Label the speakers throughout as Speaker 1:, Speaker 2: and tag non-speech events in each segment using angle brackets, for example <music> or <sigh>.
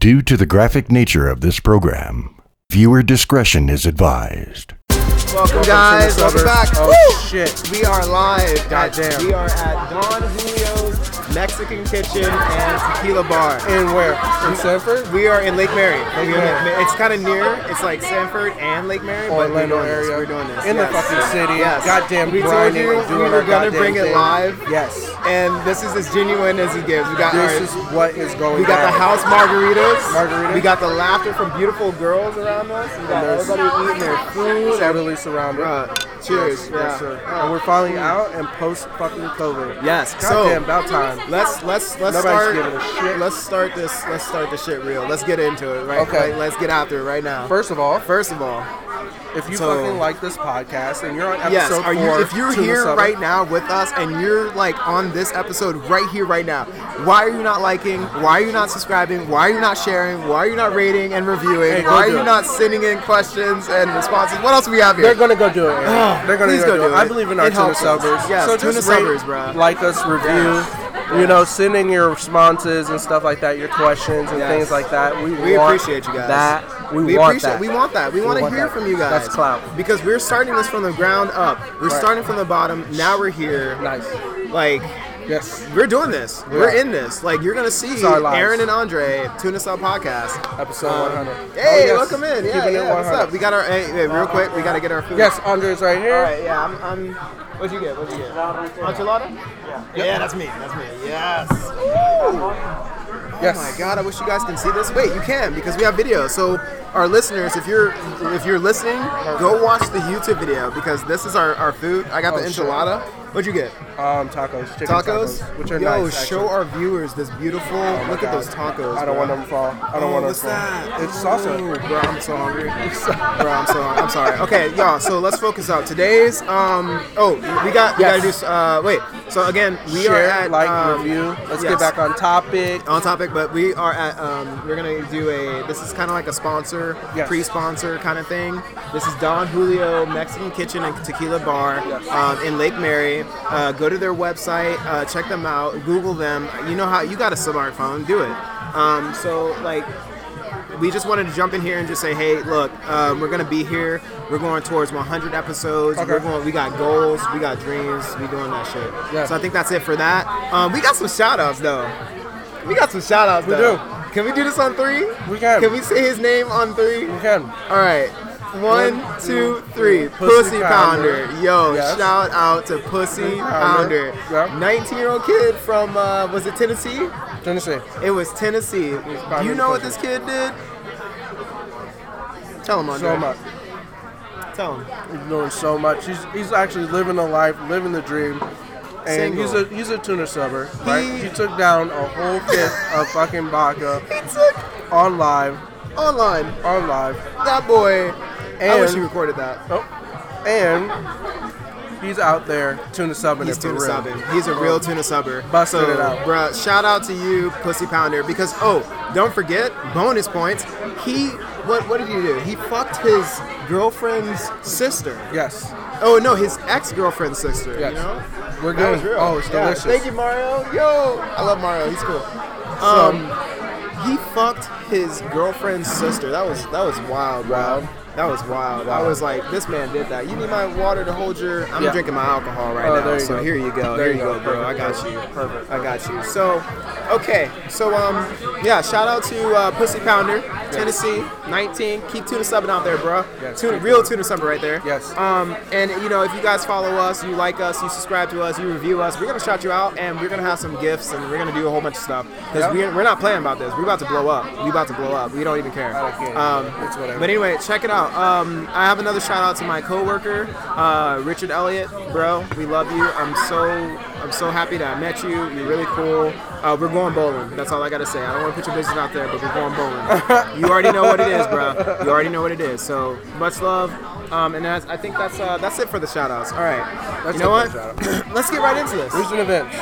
Speaker 1: Due to the graphic nature of this program, viewer discretion is advised.
Speaker 2: Welcome, guys.
Speaker 3: to
Speaker 2: Welcome
Speaker 3: the suburbs.
Speaker 2: back.
Speaker 3: Oh,
Speaker 2: Woo!
Speaker 3: shit.
Speaker 2: We are live. guys.
Speaker 3: Goddamn.
Speaker 2: We are at Don Julio's Mexican Kitchen and Tequila Bar.
Speaker 3: And where? In Sanford?
Speaker 2: We are in Lake Mary. We are in
Speaker 3: Mary.
Speaker 2: Lake Ma- It's kind of near. It's like Sanford and Lake Mary, but we're
Speaker 3: Orlando
Speaker 2: doing
Speaker 3: area.
Speaker 2: This. We're doing this
Speaker 3: In
Speaker 2: Yes.
Speaker 3: the fucking city.
Speaker 2: Yes.
Speaker 3: Goddamn
Speaker 2: We told
Speaker 3: grinding
Speaker 2: you
Speaker 3: and doing
Speaker 2: we were
Speaker 3: our
Speaker 2: gonna
Speaker 3: goddamn
Speaker 2: bring it
Speaker 3: thing.
Speaker 2: live.
Speaker 3: Yes.
Speaker 2: And this is as genuine as it gives. We got
Speaker 3: This
Speaker 2: our-
Speaker 3: is what is going
Speaker 2: We got the
Speaker 3: down.
Speaker 2: house margaritas.
Speaker 3: Margaritas.
Speaker 2: We got the laughter from beautiful girls around us. We got
Speaker 3: there's-
Speaker 2: everybody eating their food.
Speaker 3: Heavily surrounded.
Speaker 2: Bruh, cheers. Oh,
Speaker 3: Yes, sir. And we're finally out and post fucking COVID.
Speaker 2: Yes, so-
Speaker 3: Goddamn, about time.
Speaker 2: Let's let's let's
Speaker 3: Nobody's
Speaker 2: start.
Speaker 3: giving a shit.
Speaker 2: Let's start this. Let's start the shit real. Let's get into it. Right.
Speaker 3: Okay.
Speaker 2: Like, let's get out there right now.
Speaker 3: First of all,
Speaker 2: First of all,
Speaker 3: if you
Speaker 2: so-
Speaker 3: fucking like this podcast and you're on episode
Speaker 2: yes. Are you?
Speaker 3: four,
Speaker 2: If you're
Speaker 3: tune
Speaker 2: here
Speaker 3: us up.
Speaker 2: right now with us and you're like on this episode right here right now, why are you not liking? Why are you not subscribing? Why are you not sharing? Why are you not rating and reviewing?
Speaker 3: Hey, go
Speaker 2: why are
Speaker 3: do
Speaker 2: you
Speaker 3: it.
Speaker 2: not sending in questions and responses? What else do we have here?
Speaker 3: They're gonna go do it. Aaron. <sighs> They're gonna
Speaker 2: please
Speaker 3: go, do, it. I believe in our
Speaker 2: It
Speaker 3: tuna
Speaker 2: helps us.
Speaker 3: subbers.
Speaker 2: Yes,
Speaker 3: so
Speaker 2: tuna
Speaker 3: just rate,
Speaker 2: subbers, bruh.
Speaker 3: Like us, review. You know, send in your responses and stuff like that, your questions and
Speaker 2: Yes.
Speaker 3: things like that. We,
Speaker 2: We
Speaker 3: want
Speaker 2: appreciate you guys.
Speaker 3: That we, want
Speaker 2: appreciate,
Speaker 3: that.
Speaker 2: We want that. We, want to
Speaker 3: want
Speaker 2: hear
Speaker 3: that.
Speaker 2: from you guys.
Speaker 3: That's clout.
Speaker 2: Because we're starting this from the ground up. We're
Speaker 3: Right.
Speaker 2: starting from the bottom. Now we're here.
Speaker 3: Nice.
Speaker 2: Like
Speaker 3: Yes.
Speaker 2: we're doing this.
Speaker 3: are.
Speaker 2: We're in this. Like you're gonna see
Speaker 3: our lives.
Speaker 2: Aaron and Andre Tuna Cell Podcast.
Speaker 3: Episode
Speaker 2: Um,
Speaker 3: 100.
Speaker 2: Hey,
Speaker 3: Oh, yes.
Speaker 2: welcome in. Yeah,
Speaker 3: Keeping it
Speaker 2: yeah. What's
Speaker 3: 100.
Speaker 2: up? We got our hey, hey, real quick. We gotta get our food.
Speaker 3: Yes, Andre's right here.
Speaker 2: All right. Yeah. I'm. I'm what'd you get? What'd you get? Enchilada. Yeah. Yeah. That's me. That's me. Yes.
Speaker 3: Yes.
Speaker 2: Oh my god, I wish you guys can see this. Wait, you can because we have video. So our listeners, if you're if you're listening, go watch the YouTube video because this is our, our food. I got the
Speaker 3: Oh, shit.
Speaker 2: enchilada. What'd you get?
Speaker 3: Um, tacos. Chicken
Speaker 2: Tacos?
Speaker 3: tacos. Which are
Speaker 2: Yo,
Speaker 3: nice.
Speaker 2: show our viewers this beautiful
Speaker 3: actually.
Speaker 2: look at
Speaker 3: God.
Speaker 2: those tacos.
Speaker 3: I don't want
Speaker 2: bro.
Speaker 3: them to fall. I
Speaker 2: Oh,
Speaker 3: don't want them
Speaker 2: what's
Speaker 3: to fall.
Speaker 2: that?
Speaker 3: It's salsa.
Speaker 2: Ooh, bro, I'm so hungry.
Speaker 3: <laughs>
Speaker 2: bro, I'm so hungry. I'm sorry. Okay, y'all. So let's focus out today's. Um. Oh, we got. We gotta do. s-
Speaker 3: Yes.
Speaker 2: Uh. Wait. So again, we
Speaker 3: Share,
Speaker 2: are at
Speaker 3: like,
Speaker 2: um,
Speaker 3: review. Let's
Speaker 2: yes
Speaker 3: get back on topic.
Speaker 2: on topic, but we are at um, we're gonna do a this is kind of like a sponsor,
Speaker 3: Yes.
Speaker 2: pre-sponsor kind of thing. This is Don Julio Mexican Kitchen and Tequila Bar
Speaker 3: Yes.
Speaker 2: um, in Lake Mary. Uh, go to their website, uh, check them out, Google them. You know how you got a smartphone, do it. Um, so like we just wanted to jump in here and just say, hey, look, um, we're gonna be here. We're going towards 100 episodes.
Speaker 3: Okay.
Speaker 2: We're going. We got goals. We got dreams. We doing that shit.
Speaker 3: Yeah.
Speaker 2: So I think that's it for that. Um, we got some shout outs though. We got some shout outs
Speaker 3: We
Speaker 2: though.
Speaker 3: do.
Speaker 2: Can we do this on three?
Speaker 3: We can.
Speaker 2: Can we say his name on three?
Speaker 3: You can.
Speaker 2: All right. One,
Speaker 3: One,
Speaker 2: two,
Speaker 3: two,
Speaker 2: three.
Speaker 3: three.
Speaker 2: Pussy,
Speaker 3: Pussy
Speaker 2: Pounder.
Speaker 3: Pounder.
Speaker 2: Yo,
Speaker 3: Yes.
Speaker 2: shout out to Pussy Pounder.
Speaker 3: Pounder. Yeah.
Speaker 2: 19 year old kid from, uh, was it Tennessee?
Speaker 3: Tennessee.
Speaker 2: It was Tennessee. Do you
Speaker 3: Pounder,
Speaker 2: know what
Speaker 3: Pussy.
Speaker 2: this kid did? Tell him, Andre.
Speaker 3: So much.
Speaker 2: Tell him.
Speaker 3: He's doing so much. He's, he's actually living a life, living the dream. And
Speaker 2: Single.
Speaker 3: he's a he's a tuna subber, right?
Speaker 2: He-
Speaker 3: He took down a whole fifth of fucking vodka
Speaker 2: He took
Speaker 3: on live,
Speaker 2: online.
Speaker 3: on live,
Speaker 2: That boy. I
Speaker 3: And-
Speaker 2: wish he recorded that.
Speaker 3: oh, and he's out there tuna subbing
Speaker 2: He's
Speaker 3: it for
Speaker 2: tuna
Speaker 3: real.
Speaker 2: subbing. He's a real tuna subber.
Speaker 3: Busted
Speaker 2: so,
Speaker 3: it out.
Speaker 2: Bruh, shout out to you, Pussy Pounder, because oh, don't forget, bonus points. He what what did he do? He fucked his girlfriend's sister.
Speaker 3: Yes,
Speaker 2: Oh no, his ex-girlfriend's sister.
Speaker 3: yes.
Speaker 2: You know?
Speaker 3: We're
Speaker 2: That
Speaker 3: good.
Speaker 2: was real.
Speaker 3: Oh, it's
Speaker 2: Yeah.
Speaker 3: delicious.
Speaker 2: Thank you, Mario. Yo, I love Mario. He's cool. Um, he fucked his girlfriend's sister. That was that was wild, bro.
Speaker 3: Wild.
Speaker 2: That was wild. I was like, this man did that. You need my water to hold your. I'm
Speaker 3: Yeah.
Speaker 2: drinking my alcohol right
Speaker 3: Oh,
Speaker 2: now.
Speaker 3: there you
Speaker 2: so
Speaker 3: go.
Speaker 2: here you go.
Speaker 3: There
Speaker 2: here you
Speaker 3: you
Speaker 2: go,
Speaker 3: go.
Speaker 2: bro. I got you.
Speaker 3: Perfect.
Speaker 2: I got you. So, okay. So um, yeah. Shout out to uh, Pussy Pounder, Tennessee, 19. Keep tuna subbing out there, bro.
Speaker 3: Yes.
Speaker 2: Tuna, real tuna subber right there.
Speaker 3: Yes.
Speaker 2: Um, and you know, if you guys follow us, you like us, you subscribe to us, you review us, we're gonna shout you out, and we're gonna have some gifts, and we're gonna do a whole bunch of stuff because
Speaker 3: Yep.
Speaker 2: we're, we're not playing about this. We're about to blow up. We about to blow up. We don't even care.
Speaker 3: I don't care. It's whatever.
Speaker 2: Um, But anyway, check it out. Um, I have another shout out to my coworker, uh, Richard Elliott, bro. We love you. I'm so I'm so happy that I met you. You're really cool. Uh, we're going bowling. That's all I gotta say. I don't want to put your business out there, but we're going bowling. you already know what it is, bro. You already know what it is. So much love. Um, and that's, I think that's uh, that's it for the shout outs. All right.
Speaker 3: That's
Speaker 2: you know
Speaker 3: it
Speaker 2: what?
Speaker 3: for the
Speaker 2: <clears throat> Let's get right into this.
Speaker 3: Recent events.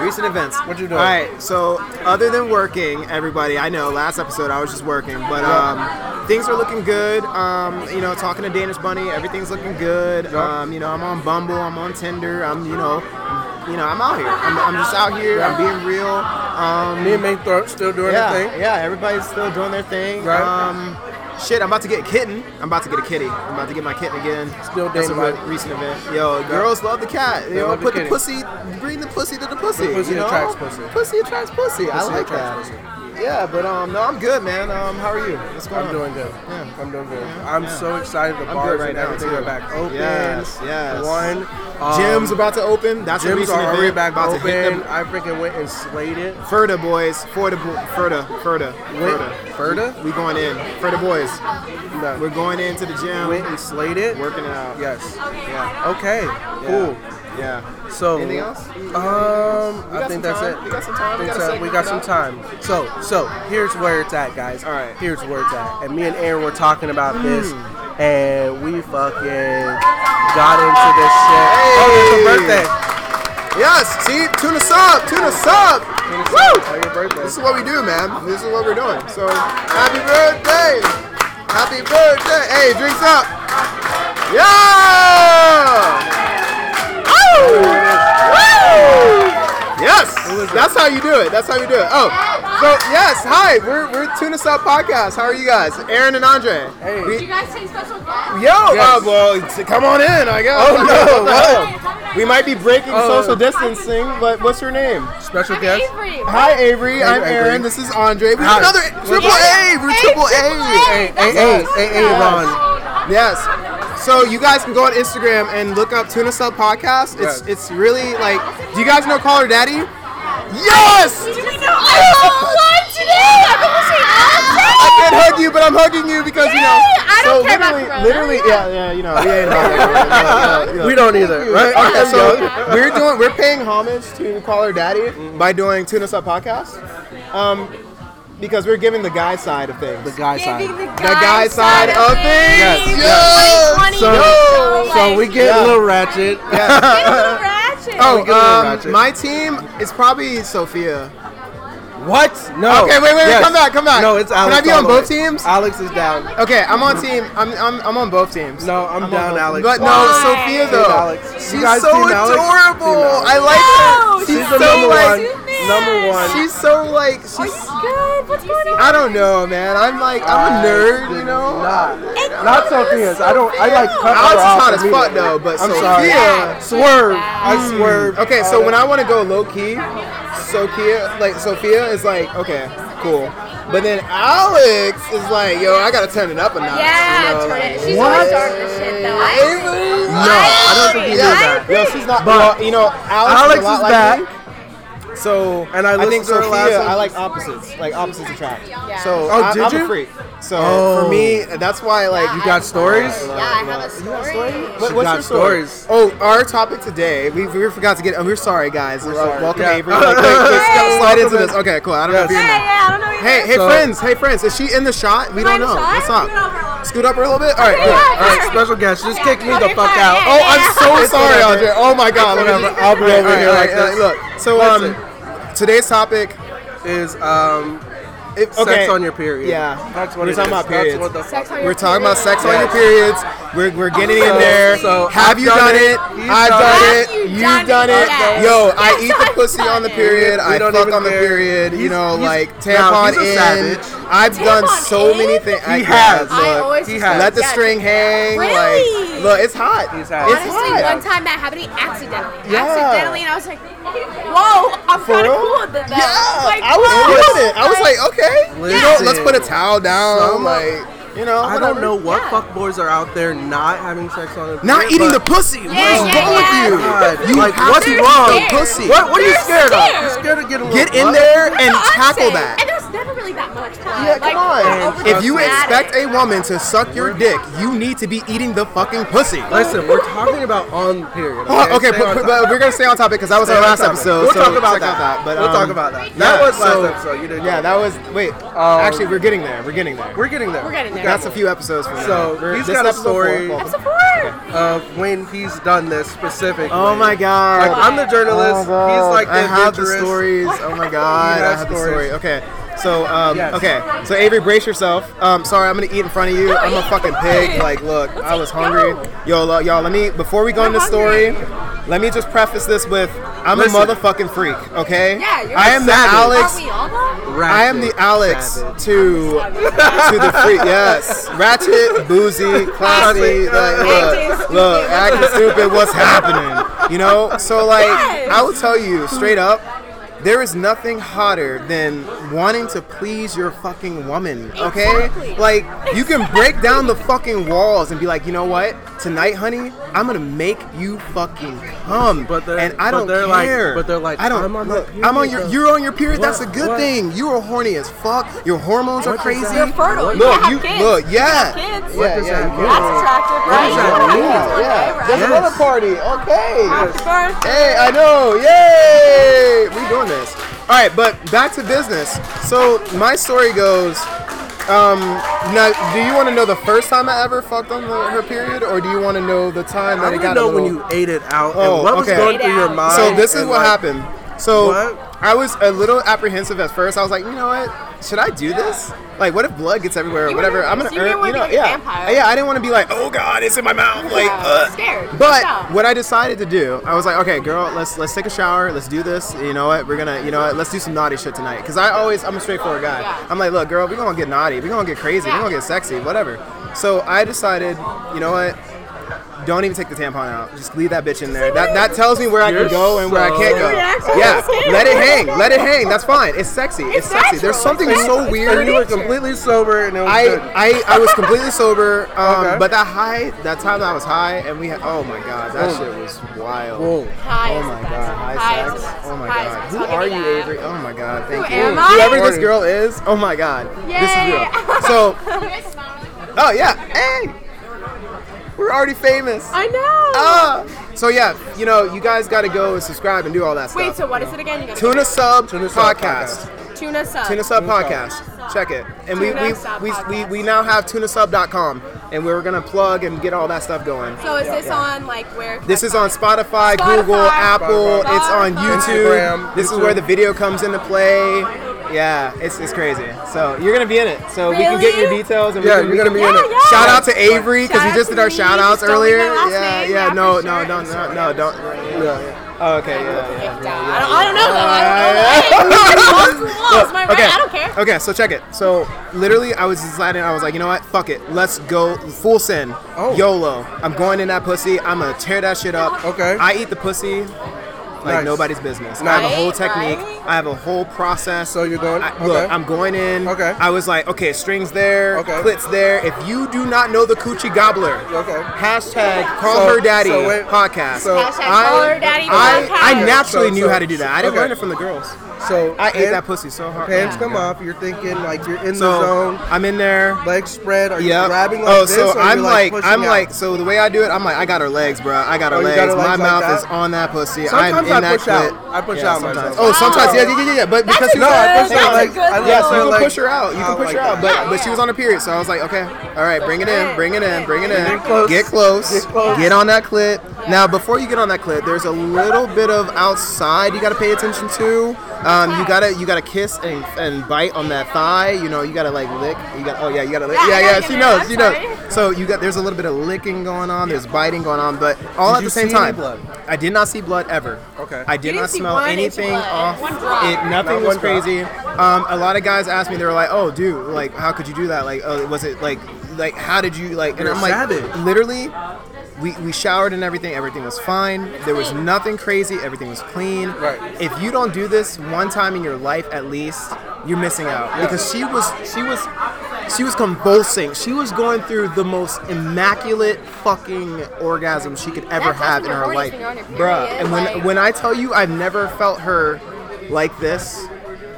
Speaker 2: Recent events.
Speaker 3: What you doing?
Speaker 2: All right. So, other than working, everybody, I know last episode I was just working, but um, things are looking good. Um, you know, talking to Danish Bunny, everything's looking good. Um, you know, I'm on Bumble, I'm on Tinder, I'm you know, you know, I'm out here. I'm, I'm just out here. I'm being real. Um,
Speaker 3: Me and May thro- still doing
Speaker 2: yeah,
Speaker 3: their thing.
Speaker 2: yeah, everybody's still doing their thing.
Speaker 3: Right.
Speaker 2: Um, shit, I'm about to get a kitten. I'm about to get a kitty. I'm about to get my kitten again.
Speaker 3: Still
Speaker 2: That's a
Speaker 3: dating with-
Speaker 2: re- recent event. Yo, girls love the cat. You know,
Speaker 3: love the
Speaker 2: put the,
Speaker 3: kitty.
Speaker 2: pussy, bring the pussy to the pussy.
Speaker 3: The pussy
Speaker 2: you know?
Speaker 3: attracts pussy.
Speaker 2: Pussy attracts pussy. I
Speaker 3: Pussy
Speaker 2: like
Speaker 3: attracts
Speaker 2: that. Yeah, but um, no, I'm good, man. Um, how are you? What's going
Speaker 3: I'm
Speaker 2: on?
Speaker 3: doing good.
Speaker 2: Yeah.
Speaker 3: I'm doing good.
Speaker 2: Yeah,
Speaker 3: I'm
Speaker 2: yeah.
Speaker 3: so excited. The
Speaker 2: I'm
Speaker 3: bars
Speaker 2: good right
Speaker 3: and
Speaker 2: now,
Speaker 3: everything
Speaker 2: too.
Speaker 3: are back open.
Speaker 2: Yes, yes.
Speaker 3: One. Um,
Speaker 2: Gyms about to open. That's a
Speaker 3: gyms
Speaker 2: recent
Speaker 3: are already
Speaker 2: event.
Speaker 3: back
Speaker 2: about
Speaker 3: open.
Speaker 2: to hit them.
Speaker 3: I freaking went and slayed it.
Speaker 2: Further boys, Further, bo- Further, Further,
Speaker 3: Went
Speaker 2: Further.
Speaker 3: Furta?
Speaker 2: We going in. Further boys,
Speaker 3: No.
Speaker 2: we're going into the gym,
Speaker 3: went and slayed it.
Speaker 2: working it out.
Speaker 3: Yes.
Speaker 2: Yeah.
Speaker 3: Okay.
Speaker 2: yeah.
Speaker 3: Cool.
Speaker 2: Yeah.
Speaker 3: So.
Speaker 2: Anything else?
Speaker 3: Um,
Speaker 2: We
Speaker 3: I
Speaker 2: got some
Speaker 3: think that's
Speaker 2: time.
Speaker 3: it.
Speaker 2: We got some time. We
Speaker 3: Think
Speaker 2: got a
Speaker 3: so. we got some
Speaker 2: segment
Speaker 3: time. So, so here's where it's at, guys.
Speaker 2: All right. Hmm.
Speaker 3: Here's where it's at. And me and Aaron were talking about this, and we fucking got into this shit. Oh, it's a
Speaker 2: Hey!
Speaker 3: birthday.
Speaker 2: Yes. See, tune us up. Tune us up.
Speaker 3: Oh,
Speaker 2: Woo!
Speaker 3: your birthday.
Speaker 2: This is what we do, man. This is what we're doing. So, happy birthday. Happy birthday. Hey, drinks up. Yeah. Woo! Woo! Yes. That's how you do it. That's how you do it. Oh. So, yes. Hi. We're, we're Tune Us Up Podcast. How are you guys? Aaron and Andre.
Speaker 3: Hey.
Speaker 2: We-
Speaker 4: you guys take special guests?
Speaker 2: Yo,
Speaker 3: Yes.
Speaker 2: uh, well, t- come on in, I guess.
Speaker 3: Oh,
Speaker 2: <laughs>
Speaker 3: no,
Speaker 4: what?
Speaker 2: We might be breaking
Speaker 3: Oh.
Speaker 2: social distancing, but what's your name?
Speaker 3: Special
Speaker 4: I'm
Speaker 3: guest.
Speaker 4: Avery.
Speaker 2: Hi, Avery. I'm
Speaker 3: Avery.
Speaker 2: Aaron. This is Andre. We
Speaker 3: Hi.
Speaker 2: have another triple A. We're triple A.
Speaker 3: Hey, hey, hey, hey, hey, Ron.
Speaker 2: Yes. So you guys can go on Instagram and look up Tuna Cell Podcast. It's
Speaker 3: Yes.
Speaker 2: it's really like. Do you guys know Caller Daddy? Yes.
Speaker 4: Do we know?
Speaker 2: <laughs>
Speaker 4: I was live today. I've been listening all day.
Speaker 2: I can't hug you, but I'm hugging you because you know.
Speaker 4: Yay! I don't
Speaker 2: so
Speaker 4: care about
Speaker 2: literally,
Speaker 4: Corona.
Speaker 2: literally, yeah, yeah, you know, we ain't
Speaker 3: <laughs>
Speaker 2: about that. Yeah, yeah.
Speaker 3: We don't either, right?
Speaker 2: Okay, so we're doing we're paying homage to Call Her Daddy by doing Tune Us Up podcast, um, because we're giving the guy side of things.
Speaker 3: the guy
Speaker 4: Giving
Speaker 3: side.
Speaker 4: the guy,
Speaker 2: The guy side of
Speaker 4: Yes.
Speaker 2: things.
Speaker 3: Yes,
Speaker 2: Yes.
Speaker 3: So-
Speaker 4: So,
Speaker 3: So we get
Speaker 2: Yeah.
Speaker 3: a little ratchet.
Speaker 4: ratchet.
Speaker 2: Oh,
Speaker 3: We get a little
Speaker 2: um,
Speaker 3: ratchet.
Speaker 2: my team is probably Sophia.
Speaker 3: What? No.
Speaker 2: Okay, wait, wait, wait,
Speaker 3: Yes.
Speaker 2: come back, come back.
Speaker 3: No, it's
Speaker 2: Can I
Speaker 3: Alex.
Speaker 2: be on
Speaker 3: all the
Speaker 2: both
Speaker 3: way.
Speaker 2: teams?
Speaker 3: Alex is down.
Speaker 2: Okay, I'm on team. I'm I'm, I'm on both teams.
Speaker 3: No, I'm
Speaker 2: on
Speaker 3: down,
Speaker 2: both-
Speaker 3: Alex.
Speaker 2: But no,
Speaker 4: Why?
Speaker 2: Sophia
Speaker 4: Team
Speaker 2: though.
Speaker 3: Alex. You
Speaker 2: She's
Speaker 3: guys
Speaker 2: so
Speaker 3: team Alex?
Speaker 2: adorable.
Speaker 3: Team Alex.
Speaker 2: I like
Speaker 4: No,
Speaker 2: her.
Speaker 4: she's
Speaker 2: She's,
Speaker 3: the
Speaker 2: so
Speaker 3: number
Speaker 2: like.
Speaker 3: one. Number one.
Speaker 2: She's so like.
Speaker 4: Are
Speaker 2: She's.
Speaker 4: you good? What's going on?
Speaker 2: I don't know, man. I'm like. I'm a
Speaker 3: I
Speaker 2: nerd, you
Speaker 3: do
Speaker 2: know.
Speaker 3: Not,
Speaker 4: It
Speaker 3: not
Speaker 4: is
Speaker 3: Sophia's. I don't. I like.
Speaker 4: Sophia.
Speaker 3: cut her
Speaker 2: Alex is
Speaker 3: off
Speaker 2: hot as fuck
Speaker 3: immediately.
Speaker 2: though, but
Speaker 3: I'm sorry.
Speaker 2: Sophia.
Speaker 3: Swerve.
Speaker 4: Mm.
Speaker 3: I swerve.
Speaker 2: Okay, so when I want to go low key, Sophia like Sophia is like okay, cool, but then Alex is like, yo, I gotta turn it up a notch.
Speaker 4: Yeah,
Speaker 2: you know,
Speaker 4: turn
Speaker 2: like,
Speaker 4: it. She's
Speaker 2: what?
Speaker 4: always dark as shit, though. I agree.
Speaker 2: Avery?
Speaker 4: No, I don't think he
Speaker 2: Yeah,
Speaker 4: does that.
Speaker 2: Yeah, she's not.
Speaker 3: But-
Speaker 2: well, you know,
Speaker 3: Alex
Speaker 2: Alex, is, a lot
Speaker 3: is
Speaker 2: like
Speaker 3: back.
Speaker 2: me. So
Speaker 3: And I
Speaker 2: I think
Speaker 3: listened to her
Speaker 2: Sophia,
Speaker 3: last one.
Speaker 2: I like opposites, like opposites attract.
Speaker 4: Yeah.
Speaker 2: So
Speaker 3: Oh,
Speaker 2: I,
Speaker 3: did
Speaker 2: I'm
Speaker 3: you?
Speaker 2: a freak. So
Speaker 3: Oh.
Speaker 2: for me, that's why like
Speaker 3: you got stories.
Speaker 4: Yeah, I have a story.
Speaker 2: What-
Speaker 3: She
Speaker 2: what's
Speaker 3: got
Speaker 2: your story?
Speaker 3: stories.
Speaker 2: Oh, our topic today. We, we forgot to get. Oh, we're sorry, guys. We're
Speaker 3: sorry.
Speaker 2: Welcome,
Speaker 3: Yeah.
Speaker 2: Avery. Like,
Speaker 3: <laughs>
Speaker 2: quick, quick,
Speaker 4: Hey.
Speaker 2: slide into
Speaker 3: Welcome
Speaker 2: this. Okay, cool. I don't know if
Speaker 3: Yes.
Speaker 2: you're in
Speaker 4: Yeah,
Speaker 2: there.
Speaker 4: yeah, I don't know. either.
Speaker 2: Hey, hey,
Speaker 3: So-
Speaker 2: friends. Hey, friends. Is she in the shot? We
Speaker 4: Am I
Speaker 2: don't
Speaker 4: in
Speaker 2: know.
Speaker 4: the shot?
Speaker 2: What's up?
Speaker 4: Scoot over a little
Speaker 2: Scoot up her a little bit. All right.
Speaker 4: Okay,
Speaker 2: cool.
Speaker 4: yeah,
Speaker 2: All right.
Speaker 4: yeah.
Speaker 3: Special guest, just
Speaker 4: Yeah.
Speaker 3: kick me the
Speaker 4: Okay,
Speaker 3: fuck
Speaker 4: fine,
Speaker 3: out.
Speaker 4: yeah.
Speaker 2: Oh, I'm so
Speaker 4: It's
Speaker 2: sorry,
Speaker 3: whatever.
Speaker 2: Andre. Oh my God. Let me
Speaker 3: Whatever.
Speaker 2: just- I'll be
Speaker 3: All
Speaker 2: over
Speaker 3: right,
Speaker 2: here
Speaker 3: all
Speaker 2: like
Speaker 3: right,
Speaker 2: this.
Speaker 3: all right.
Speaker 2: Look. So um,
Speaker 3: Listen.
Speaker 2: today's topic.
Speaker 3: is um
Speaker 2: If,
Speaker 3: sex
Speaker 2: okay.
Speaker 3: on your period.
Speaker 2: Yeah.
Speaker 3: that's what
Speaker 2: We're
Speaker 3: it
Speaker 2: talking
Speaker 3: is.
Speaker 2: about periods.
Speaker 3: That's what the
Speaker 4: Sex
Speaker 3: fuck.
Speaker 4: on
Speaker 2: We're
Speaker 4: your
Speaker 2: talking about sex on your
Speaker 3: Yes.
Speaker 2: periods. We're, we're getting in there.
Speaker 3: So,
Speaker 2: have
Speaker 3: I've
Speaker 2: you
Speaker 3: done
Speaker 2: done
Speaker 3: it.
Speaker 2: it?
Speaker 3: He's
Speaker 2: I've
Speaker 3: done
Speaker 2: done
Speaker 4: it.
Speaker 2: it.
Speaker 4: Have you
Speaker 2: You've
Speaker 4: done
Speaker 2: done
Speaker 4: it?
Speaker 2: it.
Speaker 4: Yes.
Speaker 2: Yo, I
Speaker 4: Yes,
Speaker 2: eat the
Speaker 4: I've
Speaker 2: pussy
Speaker 4: done
Speaker 2: <laughs> on the
Speaker 4: it.
Speaker 2: period.
Speaker 3: We
Speaker 2: I
Speaker 3: don't
Speaker 2: fuck
Speaker 3: even
Speaker 2: on the
Speaker 3: care.
Speaker 2: period. You
Speaker 3: He's-
Speaker 2: know,
Speaker 3: he's-
Speaker 2: like
Speaker 3: Now,
Speaker 2: tampon
Speaker 3: he's a
Speaker 2: in.
Speaker 3: savage.
Speaker 2: I've done
Speaker 4: Tampon
Speaker 2: so
Speaker 4: in?
Speaker 2: many things.
Speaker 3: He has.
Speaker 2: Look,
Speaker 4: I always
Speaker 3: he
Speaker 4: just
Speaker 3: has.
Speaker 2: let the
Speaker 4: Yeah,
Speaker 2: string hang.
Speaker 4: Really?
Speaker 2: Like, look, it's hot. It's
Speaker 3: He's hot.
Speaker 4: Honestly, one
Speaker 2: hot.
Speaker 4: time that happened to me accidentally.
Speaker 2: Yeah.
Speaker 4: Accidentally, and I was like, whoa, I'm
Speaker 2: For
Speaker 4: kind of
Speaker 2: real?
Speaker 4: cool with it, though.
Speaker 2: Yeah,
Speaker 4: Like,
Speaker 2: I was
Speaker 4: whoa.
Speaker 2: with it. I was like, okay, you know,
Speaker 3: Listen.
Speaker 2: let's put a towel down.
Speaker 3: Some-
Speaker 2: like, you know,
Speaker 3: I don't know what
Speaker 4: Yeah.
Speaker 3: fuckboys are out there not having sex on their
Speaker 2: Not
Speaker 3: period,
Speaker 2: eating
Speaker 3: but
Speaker 2: the pussy. What
Speaker 4: Yeah,
Speaker 2: is
Speaker 4: yeah,
Speaker 2: wrong
Speaker 4: yeah.
Speaker 2: with you?
Speaker 3: God,
Speaker 2: You
Speaker 3: like
Speaker 2: have
Speaker 3: what's
Speaker 2: to
Speaker 3: wrong?
Speaker 2: eat the pussy.
Speaker 3: What what are you
Speaker 4: They're
Speaker 3: scared, of?
Speaker 4: scared.
Speaker 3: You're scared of getting a
Speaker 2: Get
Speaker 3: little
Speaker 2: in
Speaker 3: butt?
Speaker 2: there and
Speaker 4: That's what I'm
Speaker 2: tackle
Speaker 4: saying.
Speaker 2: that.
Speaker 4: And there's never really that much time.
Speaker 2: Yeah, come
Speaker 4: Like, they're
Speaker 2: on.
Speaker 4: over
Speaker 2: If you
Speaker 4: dramatic.
Speaker 2: expect a woman to suck your dick, you need to be eating the fucking pussy.
Speaker 3: Listen, we're talking about on the period.
Speaker 2: Oh, okay,
Speaker 3: Stay
Speaker 2: but,
Speaker 3: on
Speaker 2: but-
Speaker 3: topic.
Speaker 2: but we're gonna stay on topic because that was
Speaker 3: Stay
Speaker 2: our
Speaker 3: on
Speaker 2: last
Speaker 3: topic.
Speaker 2: episode.
Speaker 3: We'll
Speaker 2: so
Speaker 3: talk about
Speaker 2: check out
Speaker 3: that.
Speaker 2: that. But,
Speaker 3: We'll
Speaker 2: um,
Speaker 3: talk about that.
Speaker 2: yeah,
Speaker 3: That was last
Speaker 2: so-
Speaker 3: episode. You didn't
Speaker 2: Yeah,
Speaker 3: talk
Speaker 2: that was. Wait,
Speaker 3: Um,
Speaker 2: actually, we're getting there. We're getting there.
Speaker 3: We're getting there.
Speaker 4: We're getting there.
Speaker 2: That's a few episodes from now.
Speaker 3: So,
Speaker 2: We're-
Speaker 3: he's
Speaker 2: this
Speaker 3: got a
Speaker 2: is episode four.
Speaker 3: story.
Speaker 4: That's a four.
Speaker 3: of uh, when he's done this specifically.
Speaker 2: Oh my god!
Speaker 3: Like, I'm the journalist.
Speaker 2: Oh,
Speaker 3: he's like the
Speaker 2: I have the
Speaker 3: adventurous-
Speaker 2: stories. Oh
Speaker 3: <laughs>
Speaker 2: my god!
Speaker 3: He
Speaker 2: I
Speaker 3: has
Speaker 2: have the
Speaker 3: stories.
Speaker 2: story. Okay, so um,
Speaker 3: Yes.
Speaker 2: okay, so Avery, brace yourself. Um, sorry, I'm gonna eat in front of you.
Speaker 4: No,
Speaker 2: I'm a
Speaker 4: eat.
Speaker 2: fucking pig. Like, look,
Speaker 4: Let's
Speaker 2: I was
Speaker 4: eat.
Speaker 2: hungry.
Speaker 4: Go.
Speaker 2: Yo, lo- y'all, let me before we go
Speaker 4: I'm
Speaker 2: into the story.
Speaker 4: hungry.
Speaker 2: Let me just preface this with I'm
Speaker 3: Listen.
Speaker 2: a motherfucking freak, okay?
Speaker 4: Yeah, you're
Speaker 2: I
Speaker 4: a
Speaker 2: am the
Speaker 3: savage.
Speaker 2: Alex.
Speaker 4: Are we all though?
Speaker 2: I am the Alex to to the freak. Yes, ratchet, boozy, classy.
Speaker 3: Classy.
Speaker 2: Like,
Speaker 4: Acting
Speaker 2: look,
Speaker 4: stupid,
Speaker 2: look,
Speaker 4: what's
Speaker 2: acting stupid. What's happening? You know. So like,
Speaker 4: Yes.
Speaker 2: I will tell you straight up. There is nothing hotter than wanting to please your fucking woman, okay?
Speaker 4: Exactly.
Speaker 2: Like, you can break down the fucking walls and be like, you know what? Tonight, honey, I'm gonna make you fucking come.
Speaker 3: But they're-
Speaker 2: and I
Speaker 3: but
Speaker 2: don't
Speaker 3: they're like-
Speaker 2: care.
Speaker 3: but they're like,
Speaker 2: I don't.
Speaker 3: "I'm on my
Speaker 2: look, I'm on
Speaker 3: period,
Speaker 2: your.
Speaker 3: though."
Speaker 2: You're on your period. That's a
Speaker 3: What?
Speaker 2: good
Speaker 3: What?
Speaker 2: thing. You are horny as fuck. Your hormones are
Speaker 3: What does
Speaker 2: crazy.
Speaker 3: that-
Speaker 4: You're fertile. You
Speaker 2: Look,
Speaker 4: can't have
Speaker 2: you-
Speaker 4: kids.
Speaker 2: look,
Speaker 4: You can't
Speaker 2: yeah.
Speaker 4: have kids.
Speaker 2: Yeah,
Speaker 3: does
Speaker 2: yeah,
Speaker 3: that
Speaker 2: yeah.
Speaker 4: That's attractive,
Speaker 3: What
Speaker 4: right?
Speaker 3: does
Speaker 4: You
Speaker 3: that
Speaker 4: don't have
Speaker 3: mean?
Speaker 4: kids one day, right?
Speaker 2: That's
Speaker 3: Yes.
Speaker 2: another party. Okay.
Speaker 4: After birth.
Speaker 2: Hey, I know. Yay! We doing this. All right, but back to business. So my story goes. Um, now, do you want to know the first time I ever fucked on the, her period, or do you want to know the time that
Speaker 3: I
Speaker 2: it
Speaker 3: want to
Speaker 2: got
Speaker 3: know
Speaker 2: a little?
Speaker 3: when you ate it out
Speaker 2: Oh,
Speaker 3: and what was
Speaker 2: okay.
Speaker 3: going
Speaker 4: Ate
Speaker 3: through
Speaker 4: it
Speaker 3: your
Speaker 4: out.
Speaker 3: mind.
Speaker 2: So this is
Speaker 3: and,
Speaker 2: what
Speaker 3: like,
Speaker 2: happened. So
Speaker 3: What?
Speaker 2: I was a little apprehensive at first. I was like, you know what? Should I do this? Like, what if blood gets everywhere or
Speaker 4: You
Speaker 2: whatever?
Speaker 4: wanna-
Speaker 2: I'm gonna
Speaker 4: you
Speaker 2: earn,
Speaker 4: didn't wanna
Speaker 2: you know,
Speaker 4: be like a
Speaker 2: yeah,
Speaker 4: vampire.
Speaker 2: yeah. I didn't want to be like, oh god, it's in my mouth, like,
Speaker 4: Yeah,
Speaker 2: uh.
Speaker 4: scared.
Speaker 2: But
Speaker 4: No.
Speaker 2: what I decided to do, I was like, okay, girl, let's let's take a shower, let's do this. You know what? We're gonna, you know what? Let's do some naughty shit tonight. Cause I always, I'm a straightforward guy.
Speaker 4: Yeah.
Speaker 2: I'm like, look, girl, we're gonna get naughty, we're gonna get crazy,
Speaker 4: Yeah.
Speaker 2: we're gonna get sexy, whatever. So I decided, you know what? Don't even take the tampon out. Just leave that bitch in there. That that tells me where I
Speaker 3: You're
Speaker 2: can go and where I can't
Speaker 3: so-
Speaker 2: go.
Speaker 4: Reaction
Speaker 2: Yeah,
Speaker 4: was here.
Speaker 2: let it hang. Let it hang. That's fine. It's sexy. It's,
Speaker 4: It's
Speaker 2: sexy. There's
Speaker 4: natural.
Speaker 2: something
Speaker 4: It's
Speaker 2: so
Speaker 4: natural.
Speaker 2: weird.
Speaker 4: It's
Speaker 3: You were
Speaker 4: Nature.
Speaker 3: completely sober and it was good.
Speaker 2: I, I I was completely sober, um,
Speaker 3: Okay.
Speaker 2: but that high, that time that I was high, and we had, oh my god, that shit was wild.
Speaker 3: Whoa.
Speaker 4: High
Speaker 2: Oh
Speaker 4: as a
Speaker 2: my
Speaker 4: best.
Speaker 2: god,
Speaker 4: High
Speaker 2: high
Speaker 4: as a
Speaker 2: sex.
Speaker 4: best.
Speaker 2: Oh my
Speaker 4: High as
Speaker 2: god,
Speaker 4: a
Speaker 2: who
Speaker 4: best.
Speaker 2: are
Speaker 4: Talking
Speaker 2: you,
Speaker 4: it out.
Speaker 2: Avery? Oh my god, thank
Speaker 4: Who
Speaker 2: you.
Speaker 4: am I?
Speaker 2: Whoever this girl is, oh my god, this is
Speaker 4: Yay.
Speaker 2: real.
Speaker 4: <laughs>
Speaker 2: So, oh yeah, hey, we're already famous.
Speaker 4: I know.
Speaker 2: Ah, so yeah, you know, you guys got to go and subscribe and do all that stuff.
Speaker 4: Wait, so what is it again? You gotta-
Speaker 2: Tuna sub
Speaker 3: Tuna Sub
Speaker 2: podcast.
Speaker 3: Podcast.
Speaker 4: Tuna sub.
Speaker 2: Tuna Sub
Speaker 3: Tuna Sub.
Speaker 2: Podcast. Check it. And we
Speaker 4: Tuna Sub
Speaker 2: we,
Speaker 4: Podcast.
Speaker 2: we, we, we now have tunasub.com and we're going to plug and get all that stuff going.
Speaker 4: So is this on like where?
Speaker 2: This is on Spotify,
Speaker 4: Spotify,
Speaker 2: Google, Apple.
Speaker 4: Spotify,
Speaker 2: It's on YouTube.
Speaker 3: Instagram,
Speaker 2: This is
Speaker 3: YouTube.
Speaker 2: where the video comes into play. Yeah, it's, it's crazy. So you're going to be in it. So we can get your
Speaker 4: Really?
Speaker 2: details. And we
Speaker 3: Yeah,
Speaker 2: can, we
Speaker 3: you're
Speaker 2: can-
Speaker 3: gonna be in it.
Speaker 4: Yeah, yeah.
Speaker 2: Shout out to Avery because
Speaker 4: Shout
Speaker 2: we
Speaker 4: out
Speaker 2: just
Speaker 4: to
Speaker 2: did our
Speaker 4: me.
Speaker 2: shout outs
Speaker 4: Just don't
Speaker 2: earlier.
Speaker 4: leave my last
Speaker 2: Yeah,
Speaker 4: name.
Speaker 2: yeah,
Speaker 4: Yeah,
Speaker 2: no,
Speaker 4: for
Speaker 2: no,
Speaker 4: sure.
Speaker 2: no,
Speaker 4: It's
Speaker 2: no,
Speaker 4: okay.
Speaker 2: no, don't.
Speaker 3: Yeah.
Speaker 2: Oh, okay, yeah, yeah.
Speaker 4: Yeah, I, don't, I don't know though. I don't know. Hey, laws, <laughs> am I right?
Speaker 2: okay.
Speaker 4: I don't care.
Speaker 2: Okay, so check it. So literally, I was deciding. I was like, you know what? Fuck it. Let's go full sin.
Speaker 3: Oh.
Speaker 2: YOLO. I'm going in that pussy. I'm gonna tear that shit up.
Speaker 3: Okay.
Speaker 2: I eat the pussy like
Speaker 3: Nice.
Speaker 2: nobody's business. I have a
Speaker 4: Right,
Speaker 2: whole technique.
Speaker 4: right.
Speaker 2: I have a whole process.
Speaker 3: So you're going-
Speaker 2: I, look,
Speaker 3: okay.
Speaker 2: I'm going in.
Speaker 3: Okay.
Speaker 2: I was like, okay, strings there,
Speaker 3: Okay.
Speaker 2: clits there. If you do not know the coochie gobbler,
Speaker 3: Okay.
Speaker 2: hashtag call
Speaker 3: So-
Speaker 2: her daddy
Speaker 3: so wait-
Speaker 2: podcast.
Speaker 3: so-
Speaker 4: Hashtag call her daddy
Speaker 2: I, I
Speaker 4: podcast.
Speaker 2: naturally
Speaker 3: So-
Speaker 2: knew
Speaker 3: so-
Speaker 2: how to do that. I didn't
Speaker 3: okay.
Speaker 2: learn it from the girls.
Speaker 3: So
Speaker 2: I ate
Speaker 3: pant-
Speaker 2: that pussy so hard.
Speaker 3: Pants
Speaker 2: Oh my
Speaker 3: come
Speaker 2: God.
Speaker 3: up. You're thinking like you're in the
Speaker 2: So
Speaker 3: zone.
Speaker 2: I'm in there.
Speaker 3: Legs spread. Are you
Speaker 2: Yep.
Speaker 3: grabbing like
Speaker 2: oh,
Speaker 3: this?
Speaker 2: so
Speaker 3: or
Speaker 2: I'm
Speaker 3: you're,
Speaker 2: like,
Speaker 3: pushing
Speaker 2: I'm
Speaker 3: out?
Speaker 2: like, so the way I do it, I'm like, I got her legs, bro. I got her
Speaker 3: Oh, you
Speaker 2: legs.
Speaker 3: got her
Speaker 2: My
Speaker 3: legs like
Speaker 2: mouth
Speaker 3: that?
Speaker 2: is on that pussy. I'm
Speaker 3: Sometimes
Speaker 2: in
Speaker 3: I
Speaker 2: that
Speaker 3: push out.
Speaker 2: clit.
Speaker 3: I push
Speaker 2: yeah,
Speaker 3: out
Speaker 2: sometimes.
Speaker 3: myself.
Speaker 2: Oh, sometimes, yeah,
Speaker 4: Wow.
Speaker 2: yeah, yeah, yeah. But
Speaker 4: That's
Speaker 2: because
Speaker 4: a
Speaker 2: you know,
Speaker 4: good-
Speaker 2: I
Speaker 3: I
Speaker 2: push
Speaker 3: push out
Speaker 4: that's
Speaker 3: like
Speaker 4: a good
Speaker 3: I let
Speaker 2: Yes,
Speaker 4: Oh,
Speaker 2: you
Speaker 3: her
Speaker 2: can
Speaker 3: legs
Speaker 2: push her out. You can
Speaker 3: out
Speaker 2: push
Speaker 3: like
Speaker 2: her out.
Speaker 3: that.
Speaker 2: But but she was on a period, so I was like, okay, all right, bring it in, bring it in, bring it in.
Speaker 3: Get close.
Speaker 2: Get close.
Speaker 3: Get close.
Speaker 2: Get on that clit. Now before you get on that clit, there's a little bit of outside you gotta pay attention to. Um, you gotta you gotta kiss and, and bite on that thigh. You know you gotta like lick. You got oh yeah you gotta lick.
Speaker 4: Yeah,
Speaker 2: Yeah
Speaker 4: I gotta
Speaker 2: yeah
Speaker 4: get
Speaker 2: she
Speaker 4: there.
Speaker 2: knows
Speaker 4: I'm
Speaker 2: she knows.
Speaker 4: sorry.
Speaker 2: So you got there's a little bit of licking going on. There's biting going on, but all
Speaker 3: Did
Speaker 2: at
Speaker 3: you
Speaker 2: the same
Speaker 3: see any
Speaker 2: time.
Speaker 3: blood?
Speaker 2: I did not see blood ever.
Speaker 3: Okay.
Speaker 2: I did
Speaker 4: You didn't
Speaker 2: not
Speaker 4: see
Speaker 2: smell
Speaker 4: one inch of
Speaker 2: anything
Speaker 4: blood.
Speaker 2: off.
Speaker 4: One drop.
Speaker 2: It nothing
Speaker 3: Not
Speaker 2: was
Speaker 3: one drop.
Speaker 2: crazy. Um, a lot of guys asked me, they were like, "Oh, dude, like, how could you do that? Like, oh, was it like, like, how did you like?" And
Speaker 3: You're
Speaker 2: I'm
Speaker 3: a
Speaker 2: like,
Speaker 3: savage.
Speaker 2: literally, we we showered and everything. Everything was fine. There was nothing crazy. Everything was clean.
Speaker 3: Right.
Speaker 2: If you don't do this one time in your life, at least, you're missing out because she was she was. She was convulsing. She was going through the most immaculate fucking orgasm she could ever
Speaker 4: That's
Speaker 2: have in
Speaker 4: when you're
Speaker 2: her
Speaker 4: horny,
Speaker 2: life,
Speaker 4: when you're on your
Speaker 2: bruh.
Speaker 4: period,
Speaker 2: And when
Speaker 4: like-
Speaker 2: when I tell you, I've never felt her like this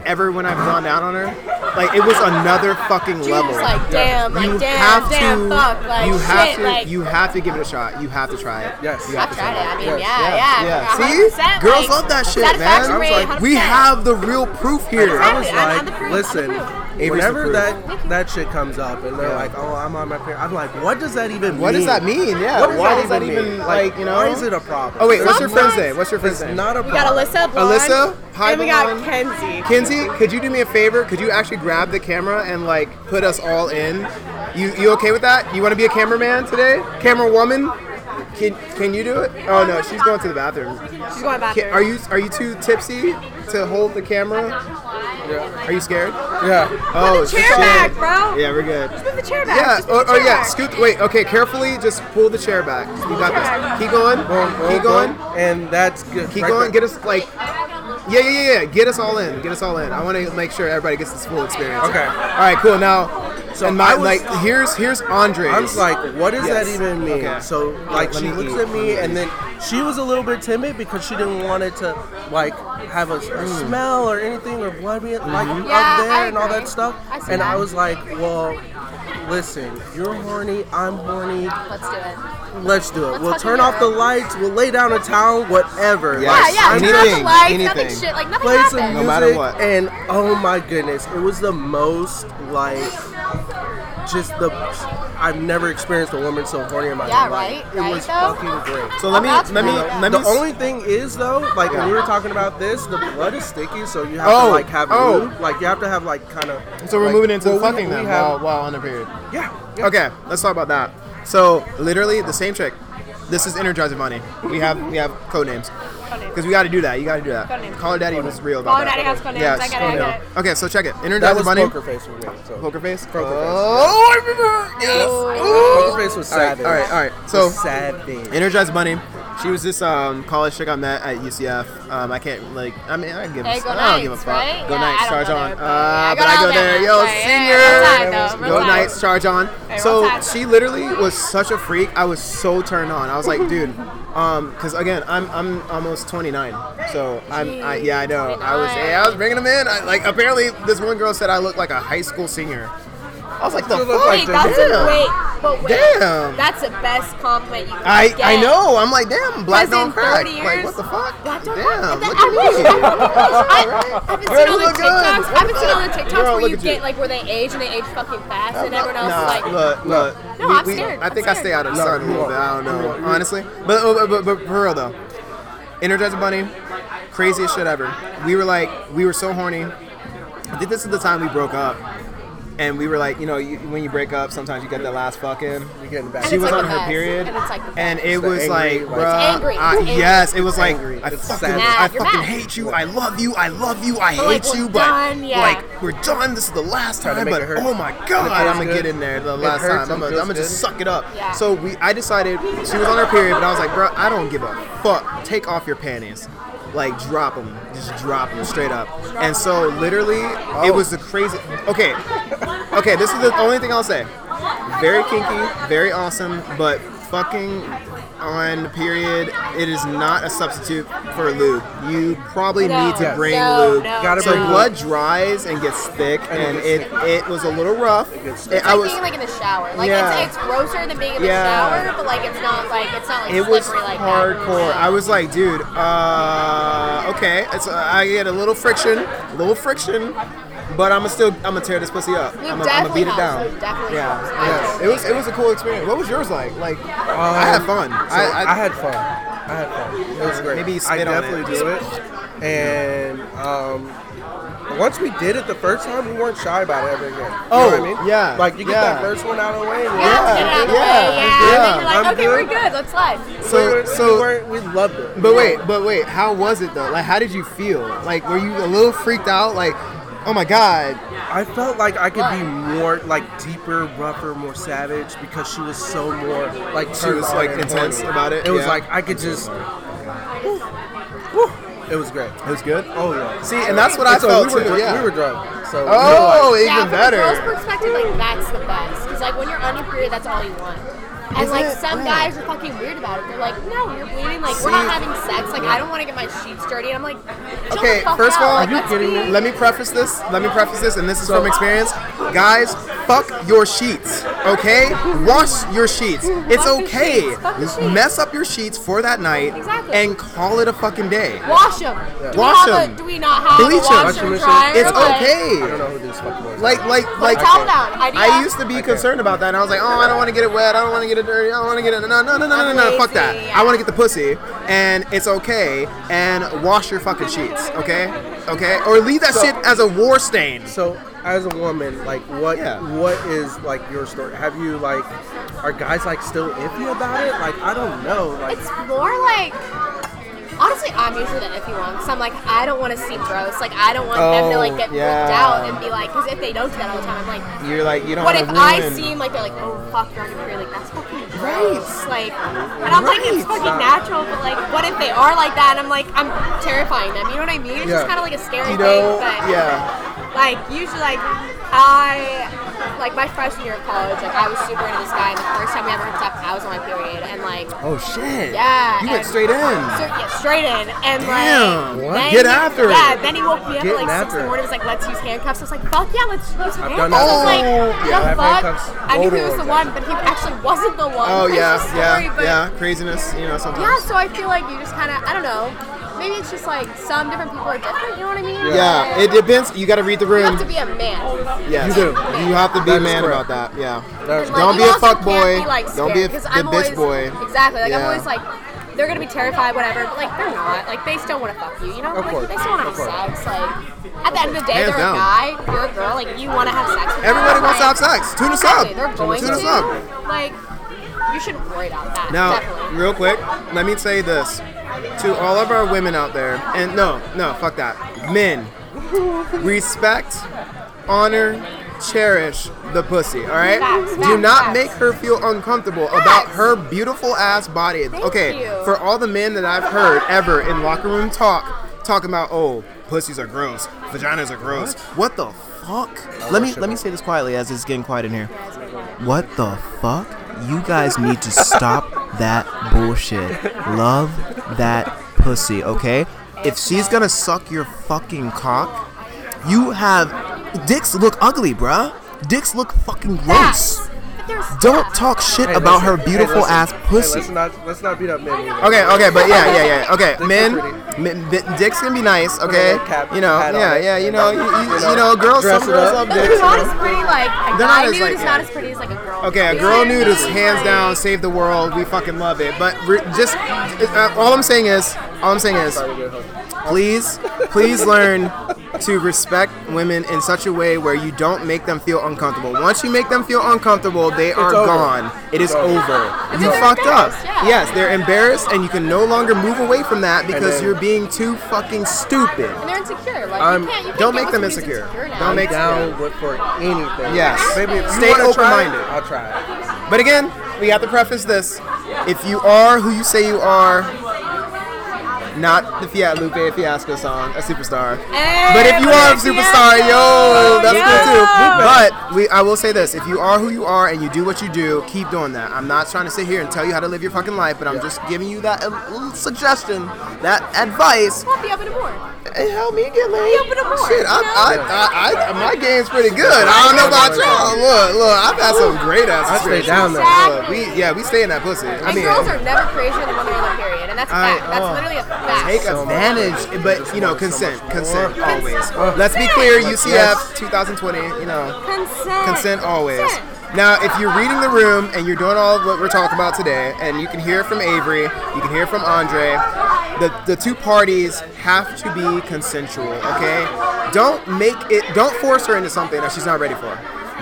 Speaker 2: ever when I've gone down on her. Like it was another fucking
Speaker 4: She
Speaker 2: level.
Speaker 4: was like, damn, like,
Speaker 2: you
Speaker 4: damn,
Speaker 2: have
Speaker 4: damn,
Speaker 2: to,
Speaker 4: fuck, like,
Speaker 2: you have
Speaker 4: shit,
Speaker 2: to,
Speaker 4: like-
Speaker 2: you have to give it a shot. You have to try it.
Speaker 3: Yes.
Speaker 2: You
Speaker 4: I
Speaker 2: have to
Speaker 4: tried it. I mean,
Speaker 3: Yes,
Speaker 4: yeah,
Speaker 2: yeah,
Speaker 4: yeah.
Speaker 2: yeah.
Speaker 4: 100%,
Speaker 2: See, girls
Speaker 4: like,
Speaker 2: love that shit,
Speaker 4: satisfaction
Speaker 2: man.
Speaker 4: rate,
Speaker 3: I was like,
Speaker 2: We
Speaker 4: 100%.
Speaker 2: have the real proof here.
Speaker 3: I was
Speaker 4: Exactly. I'm- I'm the
Speaker 3: like,
Speaker 4: proof. I'm the
Speaker 3: listen,
Speaker 4: proof.
Speaker 3: whenever
Speaker 2: Avery's the
Speaker 3: that that shit comes up and they're
Speaker 2: Yeah.
Speaker 3: like, oh, I'm on my period, I'm like, what does that even mean?
Speaker 2: What does that mean? Yeah.
Speaker 3: What does
Speaker 2: why
Speaker 3: that
Speaker 2: does that
Speaker 3: even
Speaker 2: even
Speaker 3: mean?
Speaker 2: like, you know?
Speaker 3: Why is it a problem?
Speaker 2: Oh wait, what's your friend's
Speaker 4: Sometimes-
Speaker 2: name? What's your friend's
Speaker 3: It's
Speaker 2: name?
Speaker 3: not a problem.
Speaker 4: We got Alyssa. Blonde,
Speaker 2: Alyssa, hi,
Speaker 4: And we got
Speaker 2: blonde.
Speaker 4: Kenzie.
Speaker 2: Kinsey, could you do me a favor? Could you actually grab the camera and like put us all in? You you okay with that? You want to be a cameraman today? Camera woman? Can Can you do it? Oh no, she's going to the bathroom.
Speaker 4: She's going back
Speaker 2: Can,
Speaker 4: there.
Speaker 2: are you Are you too tipsy to hold the camera? Are you scared?
Speaker 3: Yeah.
Speaker 2: Oh,
Speaker 4: the chair
Speaker 2: shit.
Speaker 4: back, bro.
Speaker 2: Yeah, we're good.
Speaker 4: Move the chair back.
Speaker 2: Yeah.
Speaker 4: Just move
Speaker 2: Oh,
Speaker 4: the
Speaker 2: oh
Speaker 4: chair
Speaker 2: yeah.
Speaker 4: back.
Speaker 2: Scoot. Wait. Okay. Carefully. Just pull the chair back. We got this. Keep going.
Speaker 3: Boom, boom,
Speaker 2: Keep going.
Speaker 3: boom. And that's good.
Speaker 2: Keep
Speaker 3: Right
Speaker 2: going. Get
Speaker 3: there.
Speaker 2: us like. Yeah, yeah, yeah, yeah. Get us all in. Get us all in. I want to make sure everybody gets this full experience.
Speaker 3: Okay.
Speaker 2: All right. Cool. Now,
Speaker 3: So
Speaker 2: so and my,
Speaker 3: I was-
Speaker 2: like here's here's Andre.
Speaker 3: I'm just like, what does
Speaker 2: Yes.
Speaker 3: that even mean?
Speaker 2: Okay.
Speaker 3: So like
Speaker 2: Let
Speaker 3: she
Speaker 2: me
Speaker 3: looks
Speaker 2: eat.
Speaker 3: at me and then she was a little bit timid because she didn't want it to like have a, a
Speaker 2: Mm.
Speaker 3: smell or anything or blood be like
Speaker 2: Mm-hmm.
Speaker 3: up
Speaker 4: Yeah,
Speaker 3: there
Speaker 4: I
Speaker 3: and all that
Speaker 4: agree.
Speaker 3: stuff.
Speaker 4: I see
Speaker 3: and I
Speaker 4: that.
Speaker 3: was like, well, listen, you're horny, I'm horny.
Speaker 4: Let's do it.
Speaker 3: Let's do it.
Speaker 4: Let's
Speaker 3: we'll
Speaker 4: fucking
Speaker 3: turn
Speaker 4: do
Speaker 3: off the
Speaker 4: it.
Speaker 3: lights. We'll lay down a towel. Whatever.
Speaker 2: Yeah,
Speaker 4: Yeah,
Speaker 3: Like,
Speaker 4: yeah.
Speaker 3: I'm
Speaker 4: Turn
Speaker 3: just
Speaker 4: off
Speaker 2: anything,
Speaker 4: the lights.
Speaker 2: anything.
Speaker 4: Nothing shit. Like nothing
Speaker 3: play some
Speaker 4: happened.
Speaker 3: music.
Speaker 2: No matter what.
Speaker 3: And oh my goodness, it was the most like just the I've never experienced a woman so horny in my
Speaker 4: Yeah,
Speaker 3: life.
Speaker 4: right,
Speaker 3: It
Speaker 4: right,
Speaker 3: was
Speaker 4: though?
Speaker 3: fucking great.
Speaker 2: so let me
Speaker 4: Oh, that's
Speaker 2: let me
Speaker 4: cool.
Speaker 2: let me.
Speaker 3: the
Speaker 2: s-
Speaker 3: only thing is though, like when we were talking about this, the blood is sticky, so you have
Speaker 2: Oh,
Speaker 3: to like have
Speaker 2: oh.
Speaker 3: lube. Like you have to have like kind of.
Speaker 2: so we're moving into the fucking
Speaker 3: we
Speaker 2: then
Speaker 3: have-
Speaker 2: while while on the period.
Speaker 3: Yeah. yeah.
Speaker 2: Okay, let's talk about that. So literally the same trick. This is Energizer Bunny. We have we have code names because we got to do that. You got to do that.
Speaker 4: Code names.
Speaker 2: Call Daddy was real about
Speaker 4: Call Daddy
Speaker 2: that.
Speaker 4: has code names.
Speaker 2: Yeah,
Speaker 4: I get it,
Speaker 2: code
Speaker 4: I get
Speaker 2: name. Okay, so check it. Energizer
Speaker 3: That was
Speaker 2: Bunny.
Speaker 3: poker face for me. So.
Speaker 2: Poker face.
Speaker 3: Poker face,
Speaker 2: Oh, I remember. Yes.
Speaker 3: Poker face was
Speaker 2: All right,
Speaker 3: savage.
Speaker 2: all right, all right. So-
Speaker 3: savage.
Speaker 2: Energized Bunny. She was this um, college chick I met at UCF. Um, I can't like I mean I give a,
Speaker 4: Hey, go
Speaker 2: I don't give a
Speaker 4: Knights,
Speaker 2: fuck.
Speaker 4: right?
Speaker 2: Go
Speaker 4: Yeah,
Speaker 2: Knights,
Speaker 4: I don't
Speaker 2: charge
Speaker 4: go
Speaker 2: on.
Speaker 4: there, but-
Speaker 2: uh,
Speaker 4: I go
Speaker 2: but I
Speaker 4: down
Speaker 2: go there,
Speaker 4: there,
Speaker 2: yo,
Speaker 4: right?
Speaker 2: senior.
Speaker 4: Yeah, real tide, though, real
Speaker 2: go
Speaker 4: tide.
Speaker 2: Knights, charge on.
Speaker 4: Hey, real
Speaker 2: so
Speaker 4: tide.
Speaker 2: she literally was such a freak. I was so turned on. I was like, dude, um, cause again I'm I'm almost 29, so I'm I, yeah I know I was
Speaker 4: 29.
Speaker 2: yeah, I was bringing them in. I, like apparently this one girl said I look like a high school senior. I was like, the
Speaker 3: You
Speaker 2: fuck?
Speaker 3: look like
Speaker 4: Wait, that's
Speaker 2: Damn.
Speaker 4: a wait, but wait.
Speaker 2: Damn.
Speaker 4: That's the best compliment you can
Speaker 2: I,
Speaker 4: get.
Speaker 2: I know. I'm like, damn, black
Speaker 4: Because
Speaker 2: don't
Speaker 4: in
Speaker 2: crack.
Speaker 4: 30
Speaker 2: Like,
Speaker 4: years,
Speaker 2: what the fuck?
Speaker 4: Black don't
Speaker 2: damn,
Speaker 4: crack.
Speaker 2: look
Speaker 4: I wish-
Speaker 2: <laughs> at me.
Speaker 4: I've been seeing all the
Speaker 2: look good.
Speaker 4: TikToks. I've been seeing
Speaker 2: <laughs>
Speaker 4: all the TikToks
Speaker 2: Girl,
Speaker 4: where
Speaker 2: look
Speaker 4: you
Speaker 2: at you.
Speaker 4: get like where they age and they age fucking fast, and everyone else
Speaker 2: Nah,
Speaker 4: is like,
Speaker 2: look, look.
Speaker 4: No,
Speaker 2: we,
Speaker 4: I'm
Speaker 2: we-
Speaker 4: scared.
Speaker 2: I think
Speaker 4: I'm
Speaker 2: I stay out of the
Speaker 3: scared.
Speaker 2: sun a
Speaker 3: No,
Speaker 2: little
Speaker 3: you
Speaker 2: bit. I don't
Speaker 3: won't. You
Speaker 2: know,
Speaker 3: won't. You-
Speaker 2: honestly. But, but, but, but for real though, Energizer Bunny, craziest shit ever. We were like, we were so horny. I think this is the time we broke up. And we were like, you know, you, when you break up, sometimes you get that last fucking.
Speaker 3: You're getting back.
Speaker 4: And
Speaker 2: She
Speaker 4: it's
Speaker 2: was
Speaker 4: like
Speaker 2: on
Speaker 4: the
Speaker 2: her
Speaker 4: best.
Speaker 2: period,
Speaker 4: And it's like the best.
Speaker 2: and it
Speaker 3: the
Speaker 2: was like,
Speaker 3: angry, like- It's
Speaker 2: bruh,
Speaker 4: angry.
Speaker 2: I-
Speaker 4: <laughs> It's angry.
Speaker 2: yes, it was
Speaker 3: It's
Speaker 2: like,
Speaker 3: angry.
Speaker 2: I
Speaker 3: It's
Speaker 2: fucking,
Speaker 3: sad.
Speaker 2: I
Speaker 4: You're
Speaker 2: fucking
Speaker 4: mad.
Speaker 2: hate you, I love you, I love you, I
Speaker 4: But, like,
Speaker 2: hate you,
Speaker 4: we're
Speaker 2: but
Speaker 4: done, yeah.
Speaker 2: like we're done. This is the last
Speaker 3: Trying to
Speaker 2: time,
Speaker 3: make
Speaker 2: but
Speaker 3: it hurt.
Speaker 2: oh my god, I'm gonna
Speaker 3: feels
Speaker 2: get
Speaker 3: good.
Speaker 2: in there the
Speaker 3: It
Speaker 2: last
Speaker 3: hurts,
Speaker 2: time. I'm
Speaker 3: it
Speaker 2: gonna,
Speaker 3: feels
Speaker 2: I'm gonna just
Speaker 3: good.
Speaker 2: suck it up.
Speaker 4: Yeah.
Speaker 2: So we, I decided she was on her period, but I was like, bruh, I don't give a fuck. Take off your panties. Like drop them, just drop them straight up, and so literally
Speaker 3: Oh.
Speaker 2: it was the crazy. Okay, okay, this is the only thing I'll say very kinky, very awesome, but fucking on period, it is not a substitute for lube. You probably
Speaker 4: No.
Speaker 2: need to
Speaker 4: Yes.
Speaker 2: bring
Speaker 4: No,
Speaker 2: lube.
Speaker 4: no,
Speaker 3: Gotta
Speaker 2: so
Speaker 3: bring
Speaker 2: blood dries and gets thick, and,
Speaker 3: And it
Speaker 2: it,
Speaker 3: gets
Speaker 2: it was a little rough.
Speaker 3: gets
Speaker 2: It,
Speaker 4: It's
Speaker 2: I
Speaker 4: like
Speaker 2: was
Speaker 4: being like in the shower. Like
Speaker 2: Yeah.
Speaker 4: it's, it's grosser than being in the
Speaker 2: Yeah.
Speaker 4: shower, but like it's not like it's not like
Speaker 2: it was
Speaker 4: slippery like
Speaker 2: hardcore.
Speaker 4: That.
Speaker 2: I was like, dude, uh, okay, it's uh, I get a little friction, a little friction, but I'm gonna still I'm gonna tear this pussy up.
Speaker 4: Lube
Speaker 2: I'm gonna
Speaker 4: definitely
Speaker 2: beat it
Speaker 4: helps.
Speaker 2: down.
Speaker 4: Lube definitely
Speaker 2: yeah,
Speaker 4: helps. I
Speaker 2: yeah.
Speaker 4: do.
Speaker 2: It was it was a cool experience. What was yours like? Like I had fun.
Speaker 3: Um, So I, had fun. I had fun. It was great.
Speaker 2: Maybe you
Speaker 3: I
Speaker 2: spit on
Speaker 3: definitely
Speaker 2: it.
Speaker 3: do it. And um, once we did it the first time, we weren't shy about it ever again. You know
Speaker 2: Oh,
Speaker 3: what I mean?
Speaker 2: yeah,
Speaker 3: Like you get
Speaker 2: yeah.
Speaker 3: that first one out of the way. And
Speaker 4: Yeah, let's get it out of the way.
Speaker 2: Yeah, yeah.
Speaker 4: Yeah, And then you're like,
Speaker 3: I'm
Speaker 4: okay,
Speaker 3: good.
Speaker 4: we're good. Let's live.
Speaker 3: So,
Speaker 2: so
Speaker 3: we, were- we,
Speaker 2: so.
Speaker 3: weren't- we loved it.
Speaker 2: But wait, but wait. How was it though? Like, how did you feel? Like, were you a little freaked out? Like, oh my god.
Speaker 3: I felt like I could be more like deeper, rougher, more savage because she was so more like
Speaker 2: She
Speaker 3: turned
Speaker 2: was,
Speaker 3: on
Speaker 2: like,
Speaker 3: and
Speaker 2: intense
Speaker 3: horny.
Speaker 2: about it,
Speaker 3: It was
Speaker 2: yeah.
Speaker 3: like I could just. Woo, woo. It was great.
Speaker 2: It was good.
Speaker 3: Oh yeah.
Speaker 2: See, and that's what I
Speaker 3: so
Speaker 2: felt
Speaker 3: we were
Speaker 2: too.
Speaker 3: drunk-
Speaker 2: yeah.
Speaker 3: We were drunk. So we were like-
Speaker 2: oh, even
Speaker 4: yeah, from
Speaker 2: better.
Speaker 4: a girl's perspective, like that's the best. Cause like when you're on your period, that's all you want. And
Speaker 2: Is
Speaker 4: like
Speaker 2: it?
Speaker 4: some
Speaker 2: Wow.
Speaker 4: guys are fucking weird about it. They're like, no, you're bleeding. Like we're not
Speaker 2: See?
Speaker 4: having sex. Like I don't want to get my sheets dirty. And I'm like, chill
Speaker 2: Okay,
Speaker 4: the fuck
Speaker 2: first of
Speaker 4: out.
Speaker 2: all,
Speaker 4: Like,
Speaker 2: Are you
Speaker 4: let's
Speaker 3: kidding
Speaker 4: be-
Speaker 3: me?
Speaker 2: Let me preface this. Let me preface this, and this is from experience. Guys, fuck your sheets, okay? Wash your sheets. It's
Speaker 4: Fuck your
Speaker 2: okay.
Speaker 4: sheets, fuck your sheets.
Speaker 2: Mess up your sheets for that night
Speaker 4: Exactly.
Speaker 2: and call it a fucking day.
Speaker 4: Wash them. Do
Speaker 2: Wash
Speaker 4: we have
Speaker 2: 'em.
Speaker 4: A, do we not have
Speaker 2: Bleach
Speaker 4: a
Speaker 2: 'em.
Speaker 4: washer
Speaker 3: Washing
Speaker 4: and
Speaker 3: machine.
Speaker 4: dryer?
Speaker 2: It's
Speaker 4: Like,
Speaker 3: I
Speaker 2: okay.
Speaker 3: don't know who this fucking was.
Speaker 2: Like, like,
Speaker 4: Put
Speaker 2: like.
Speaker 4: a towel down. Idea.
Speaker 2: I used to be
Speaker 3: can't.
Speaker 2: concerned about that, and I was like, "Oh, I don't want to get it wet. I don't want to get it dirty. I don't want to get it. No, no, no, no, no, no, no. Fuck that.
Speaker 4: Lazy,
Speaker 2: I want
Speaker 4: yeah.
Speaker 2: to get the pussy, and it's okay. And wash your fucking sheets, okay? Okay, or leave that
Speaker 3: So-
Speaker 2: shit as a war stain.
Speaker 3: So, as a woman, like, what
Speaker 2: Yeah.
Speaker 3: what is like your story? Have you like, are guys like still iffy about it? Like, I don't know. Like,
Speaker 4: It's more like honestly, I'm usually the iffy one because I'm like, I don't want to seem gross. Like, I don't want them to like
Speaker 2: Oh,
Speaker 4: get freaked
Speaker 2: yeah.
Speaker 4: out and be like, because if they don't do that all the time, I'm like,
Speaker 2: You're like you don't.
Speaker 4: what if
Speaker 2: wanna
Speaker 4: I
Speaker 2: ruin-
Speaker 4: seem like they're like, oh fuck, you're gonna be like, that's fucking gross. Like, and I'm like, it's
Speaker 2: Right.
Speaker 4: fucking natural, but like, what if they are like that? And I'm like, I'm terrifying them. You know what I mean? It's
Speaker 3: Yeah.
Speaker 4: just kind of like a scary
Speaker 2: You know,
Speaker 4: thing. But
Speaker 2: yeah.
Speaker 4: like usually like I like my freshman year of college, like I was super into this guy and the first time we ever hooked up I was on my period and like
Speaker 2: Oh shit.
Speaker 4: Yeah,
Speaker 2: You went
Speaker 4: and-
Speaker 2: straight in.
Speaker 4: so, yeah, straight in and
Speaker 2: Damn,
Speaker 4: like
Speaker 2: what?
Speaker 4: then-
Speaker 2: Get after it.
Speaker 4: Yeah, then he woke me up
Speaker 3: Getting
Speaker 4: at like six
Speaker 3: after
Speaker 4: in
Speaker 3: it.
Speaker 4: the morning. He was like, "Let's use handcuffs." I was like, "Fuck yeah, let's use handcuffs."
Speaker 3: done
Speaker 4: I was
Speaker 3: that.
Speaker 4: like,
Speaker 2: Oh,
Speaker 3: yeah, I've
Speaker 4: "The
Speaker 3: had
Speaker 4: fuck?"
Speaker 3: handcuffs
Speaker 4: I knew he
Speaker 3: older
Speaker 4: was the
Speaker 3: ones,
Speaker 4: one, but he actually wasn't the one.
Speaker 2: Oh
Speaker 4: It's
Speaker 2: yeah,
Speaker 4: just scary,
Speaker 2: yeah,
Speaker 4: but-
Speaker 2: yeah. Craziness, you know sometimes.
Speaker 4: yeah, so I feel like you just kind of, I don't know. Maybe it's just like some different people are different. You know what I mean?
Speaker 2: Yeah, it depends. You got to read the
Speaker 4: You
Speaker 2: room.
Speaker 4: have to be a man.
Speaker 2: yes.
Speaker 3: You do.
Speaker 2: You have to be
Speaker 3: That is
Speaker 2: man
Speaker 3: correct.
Speaker 2: about that. Yeah.
Speaker 3: that's
Speaker 4: Like,
Speaker 2: Don't
Speaker 4: you
Speaker 2: be a
Speaker 4: also
Speaker 2: fuck
Speaker 4: can't
Speaker 2: boy.
Speaker 4: be, like,
Speaker 2: Don't be a
Speaker 4: scared, 'cause
Speaker 2: f-
Speaker 4: I'm
Speaker 2: the bitch
Speaker 4: always-
Speaker 2: boy.
Speaker 4: Exactly. Like I'm
Speaker 2: Yeah.
Speaker 4: always like, they're gonna be terrified, whatever. But like they're not. Like they still want to fuck you. You know,
Speaker 3: Of
Speaker 4: like
Speaker 3: course,
Speaker 4: they still want to
Speaker 3: of course.
Speaker 4: have sex. Like at the end of the day,
Speaker 2: Hands
Speaker 4: they're
Speaker 2: down.
Speaker 4: a guy, you're a girl. Like you want to have sex. With
Speaker 2: Everybody
Speaker 4: them,
Speaker 2: wants to
Speaker 4: like-
Speaker 2: have sex. Tune us up.
Speaker 4: Exactly. They're going
Speaker 2: Tune us
Speaker 4: to.
Speaker 2: up.
Speaker 4: Like you shouldn't worry about that.
Speaker 2: Now,
Speaker 4: definitely.
Speaker 2: real quick, let me say this to all of our women out there, and no, no, fuck that. Men, respect, honor, cherish the pussy. All right.
Speaker 4: Facts,
Speaker 2: Do
Speaker 4: facts,
Speaker 2: not
Speaker 4: facts.
Speaker 2: make her feel uncomfortable about
Speaker 4: Facts.
Speaker 2: her beautiful ass body.
Speaker 4: Thank
Speaker 2: okay.
Speaker 4: you.
Speaker 2: For all the men that I've heard ever in locker room talk, talking about oh, pussies are gross, vaginas are gross. What, the fuck?
Speaker 5: Let me let me say this quietly as it's getting quiet in here. What the fuck? You guys need to stop that bullshit. Love that pussy, okay? If she's gonna suck your fucking cock, you have dicks look ugly, bruh. Dicks look fucking gross.
Speaker 4: Facts. But there's
Speaker 5: Don't
Speaker 4: stuff.
Speaker 5: talk shit
Speaker 3: Hey,
Speaker 5: about
Speaker 3: listen,
Speaker 5: her
Speaker 3: hey,
Speaker 5: beautiful
Speaker 3: listen,
Speaker 5: ass
Speaker 3: hey,
Speaker 5: pussy.
Speaker 3: let's not let's not beat up men. either.
Speaker 2: Okay, okay, but yeah, yeah, yeah. Okay,
Speaker 3: are
Speaker 2: men,
Speaker 3: pretty.
Speaker 2: men di- dicks can be nice.
Speaker 3: a
Speaker 2: Okay,
Speaker 3: little cap-
Speaker 2: you know,
Speaker 3: hat on
Speaker 2: yeah,
Speaker 3: it.
Speaker 2: yeah, you know, you,
Speaker 3: You
Speaker 2: you,
Speaker 3: know,
Speaker 2: you know, girls,
Speaker 3: dress
Speaker 2: some
Speaker 3: it
Speaker 2: girls
Speaker 3: up.
Speaker 2: love
Speaker 4: But
Speaker 2: dicks.
Speaker 4: they're
Speaker 2: you
Speaker 4: not
Speaker 2: know?
Speaker 4: as pretty. Like a
Speaker 2: They're not
Speaker 4: guy
Speaker 2: as,
Speaker 4: nude
Speaker 2: like,
Speaker 4: is not
Speaker 2: yeah.
Speaker 4: as pretty as like a girl.
Speaker 2: Okay, a
Speaker 4: nude. You know
Speaker 2: girl
Speaker 4: what I
Speaker 2: nude is
Speaker 4: mean?
Speaker 2: hands
Speaker 4: Like-
Speaker 2: down save the world. We fucking love it. But re- just uh, all I'm saying is, all I'm saying is, please, please learn to respect women in such a way where you don't make them feel uncomfortable. Once you make them feel uncomfortable, they are
Speaker 3: over.
Speaker 2: gone. It is
Speaker 3: It's over.
Speaker 2: over.
Speaker 4: It's
Speaker 2: You
Speaker 4: they're
Speaker 2: fucked up.
Speaker 4: embarrassed, yeah.
Speaker 2: Yes, they're embarrassed, and you can no longer move away from that because
Speaker 3: then-
Speaker 2: you're being too fucking stupid.
Speaker 4: And they're insecure. Like
Speaker 3: I'm-
Speaker 4: you can't. You can't
Speaker 2: don't
Speaker 4: get
Speaker 2: make
Speaker 4: with
Speaker 2: them
Speaker 4: someone who's
Speaker 2: insecure.
Speaker 4: now.
Speaker 2: Don't
Speaker 3: I'm
Speaker 2: make-
Speaker 3: down with for anything.
Speaker 2: Yes.
Speaker 3: Maybe if you
Speaker 2: Stay
Speaker 3: wanna try it,
Speaker 2: open-minded.
Speaker 3: I'll try it.
Speaker 2: But again, we have to preface this. If you are who you say you are, not the Fiat Lupe Fiasco song, a superstar.
Speaker 4: Hey,
Speaker 2: But if you are a
Speaker 4: Lupe
Speaker 2: superstar, yo,
Speaker 4: Fiasco,
Speaker 2: that's good too.
Speaker 4: yo.
Speaker 2: But we, I will say this: if you are who you are and you do what you do, keep doing that. I'm not trying to sit here and tell you how to live your fucking life, but I'm just giving you that uh, little suggestion, that advice.
Speaker 4: Well, be open to more.
Speaker 2: Hey, help me get laid.
Speaker 4: Yeah, but I'm bored,
Speaker 2: Shit, I,
Speaker 4: you know?
Speaker 2: I, I, I, my game's pretty good. I don't know about y'all. Look, look, I've had some great ass.
Speaker 3: I stay
Speaker 2: situations.
Speaker 3: down there.
Speaker 2: Look, we, yeah, we stay in that pussy. I
Speaker 4: And
Speaker 2: mean,
Speaker 4: girls are never crazier than when they're on their period, and that's a
Speaker 2: I-
Speaker 4: fact. that's
Speaker 2: oh.
Speaker 4: literally a fact.
Speaker 2: take
Speaker 3: so much
Speaker 2: advantage, but you know, consent, consent always. Let's be
Speaker 4: Consent.
Speaker 2: clear, UCF 2020. You know,
Speaker 4: consent.
Speaker 2: consent always.
Speaker 4: Consent.
Speaker 2: Now, if you're reading the room and you're doing all of what we're talking about today, and you can hear it from Avery, you can hear it from Andre, the, the two parties have to be consensual, okay? Don't make it, don't force her into something that she's not ready for.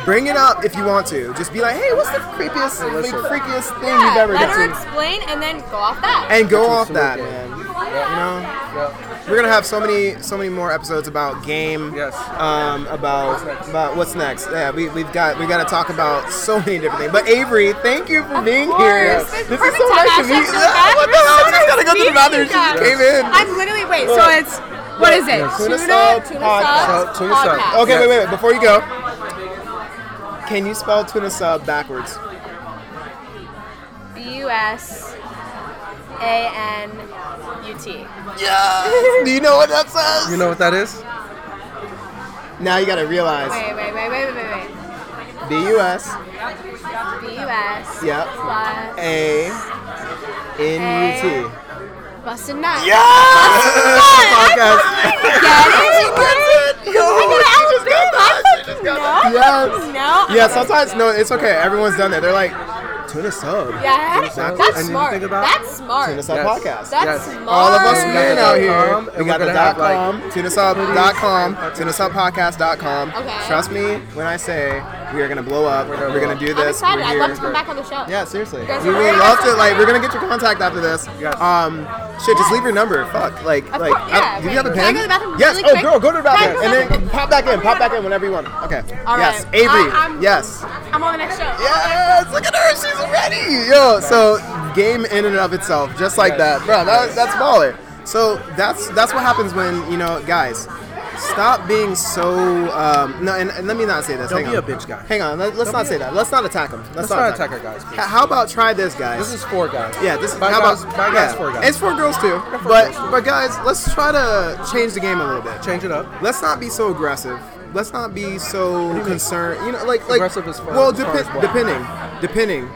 Speaker 2: Bring it up if you want to. Just be like, hey, what's the creepiest, like, freakiest thing
Speaker 4: Yeah,
Speaker 2: you've ever
Speaker 4: let her
Speaker 2: done?
Speaker 4: explain and then go off that.
Speaker 2: And go off
Speaker 3: some
Speaker 2: that,
Speaker 3: weekend.
Speaker 2: man. You know? We're gonna have so many, so many more episodes about game.
Speaker 3: Yes.
Speaker 2: Um, about about what's next. Yeah, we we have got we got to talk about so many different things. But Avery, thank you for being
Speaker 4: course.
Speaker 2: here.
Speaker 4: It's
Speaker 2: This is
Speaker 4: perfect
Speaker 2: so
Speaker 4: time.
Speaker 2: nice to
Speaker 4: Hashtag
Speaker 2: meet you. <laughs>
Speaker 4: so bad.
Speaker 2: What the
Speaker 4: We're so
Speaker 2: hell? I just
Speaker 4: nice
Speaker 2: gotta go
Speaker 4: to
Speaker 2: to the
Speaker 4: meet
Speaker 2: bathroom.
Speaker 4: you
Speaker 2: She just
Speaker 4: guys.
Speaker 2: came in.
Speaker 4: I'm literally wait. So it's what is it?
Speaker 2: Tuna
Speaker 4: Tuna,
Speaker 2: sub
Speaker 4: tuna
Speaker 2: podcast.
Speaker 4: sub,
Speaker 3: Tuna sub.
Speaker 4: podcast.
Speaker 2: Okay, wait, wait, wait. Before you go, can you spell tuna sub backwards? <laughs>
Speaker 4: B U S A N U T.
Speaker 2: Do you know what that says?
Speaker 3: You know what that is?
Speaker 2: Now you gotta realize.
Speaker 4: Wait, wait, wait, wait, wait, wait, wait.
Speaker 2: B U S.
Speaker 4: B U S
Speaker 2: Yep.
Speaker 4: plus
Speaker 2: A. N U T.
Speaker 4: busted nuts.
Speaker 2: Yes. Podcast.
Speaker 4: Get it?
Speaker 2: Yes.
Speaker 4: No.
Speaker 2: Yeah, sometimes no, it's okay. Everyone's done that. They're like Tune us up.
Speaker 4: Yeah, I had it.
Speaker 2: That's-
Speaker 4: That's,
Speaker 2: I need to
Speaker 4: smart.
Speaker 3: think about-
Speaker 4: That's smart.
Speaker 2: Tune us
Speaker 4: That's
Speaker 2: up
Speaker 3: Yes.
Speaker 2: podcast.
Speaker 3: Yes.
Speaker 4: smart.
Speaker 2: All of us
Speaker 3: We
Speaker 2: men
Speaker 3: got
Speaker 2: out
Speaker 3: the
Speaker 2: here.
Speaker 3: com,
Speaker 2: We
Speaker 3: and
Speaker 2: got
Speaker 3: we're
Speaker 2: the
Speaker 3: gonna have,
Speaker 2: dot com, tuneusop.com, tuneusupodcast.com.
Speaker 4: Okay.
Speaker 2: Trust me when I say we are gonna blow up. We're gonna, do
Speaker 4: I'm
Speaker 2: this.
Speaker 4: excited.
Speaker 2: We're
Speaker 4: I'd
Speaker 2: here.
Speaker 4: love to come back on the show.
Speaker 2: Yeah, seriously.
Speaker 4: guys
Speaker 2: We
Speaker 4: are
Speaker 2: would
Speaker 4: very
Speaker 2: love to
Speaker 4: awesome.
Speaker 2: like. We're gonna get your contact after this.
Speaker 3: Yes.
Speaker 2: Um, shit, just leave your number. Fuck. Like,
Speaker 4: Of
Speaker 2: like.
Speaker 4: course, yeah,
Speaker 2: I- do you
Speaker 4: okay.
Speaker 2: have a
Speaker 4: Can I
Speaker 2: pen?
Speaker 4: go to the bathroom
Speaker 2: yes.
Speaker 4: really
Speaker 2: oh,
Speaker 4: quick?
Speaker 2: girl, go to the bathroom
Speaker 4: Can I
Speaker 2: and
Speaker 4: go
Speaker 2: then pop back in. Pop back in whenever you want. Okay.
Speaker 4: All
Speaker 2: yes.
Speaker 4: right.
Speaker 2: Avery.
Speaker 4: I- I'm-
Speaker 2: yes.
Speaker 4: I'm on the next show.
Speaker 2: Yes, look at her, she's ready. Yo, so game in and of itself, just like that, bro. That, was- that's baller. So that's that's what happens when you know, guys. Stop being so. Um, no, and, and let me not say this.
Speaker 3: Don't
Speaker 2: Hang
Speaker 3: be
Speaker 2: on.
Speaker 3: a bitch guy.
Speaker 2: Hang on. Let, us
Speaker 3: Don't
Speaker 2: not
Speaker 3: be
Speaker 2: say
Speaker 3: a-
Speaker 2: that. Let's not attack him. Let's,
Speaker 3: Let's not
Speaker 2: attack
Speaker 3: attack our
Speaker 2: him.
Speaker 3: guys. please.
Speaker 2: H- How about try this, guys?
Speaker 3: This is four guys.
Speaker 2: Yeah, this is
Speaker 3: five
Speaker 2: how
Speaker 3: guys,
Speaker 2: about
Speaker 3: five
Speaker 2: yeah.
Speaker 3: guys, four guys.
Speaker 2: It's four girls too.
Speaker 3: four
Speaker 2: but
Speaker 3: girls, too.
Speaker 2: but guys, let's try to change the game a little bit.
Speaker 3: Change it up.
Speaker 2: Let's not be so aggressive. Let's not be so concerned. You know, like like
Speaker 3: Aggressive as far-
Speaker 2: well,
Speaker 3: as far
Speaker 2: depe-
Speaker 3: as what?
Speaker 2: depending, depending.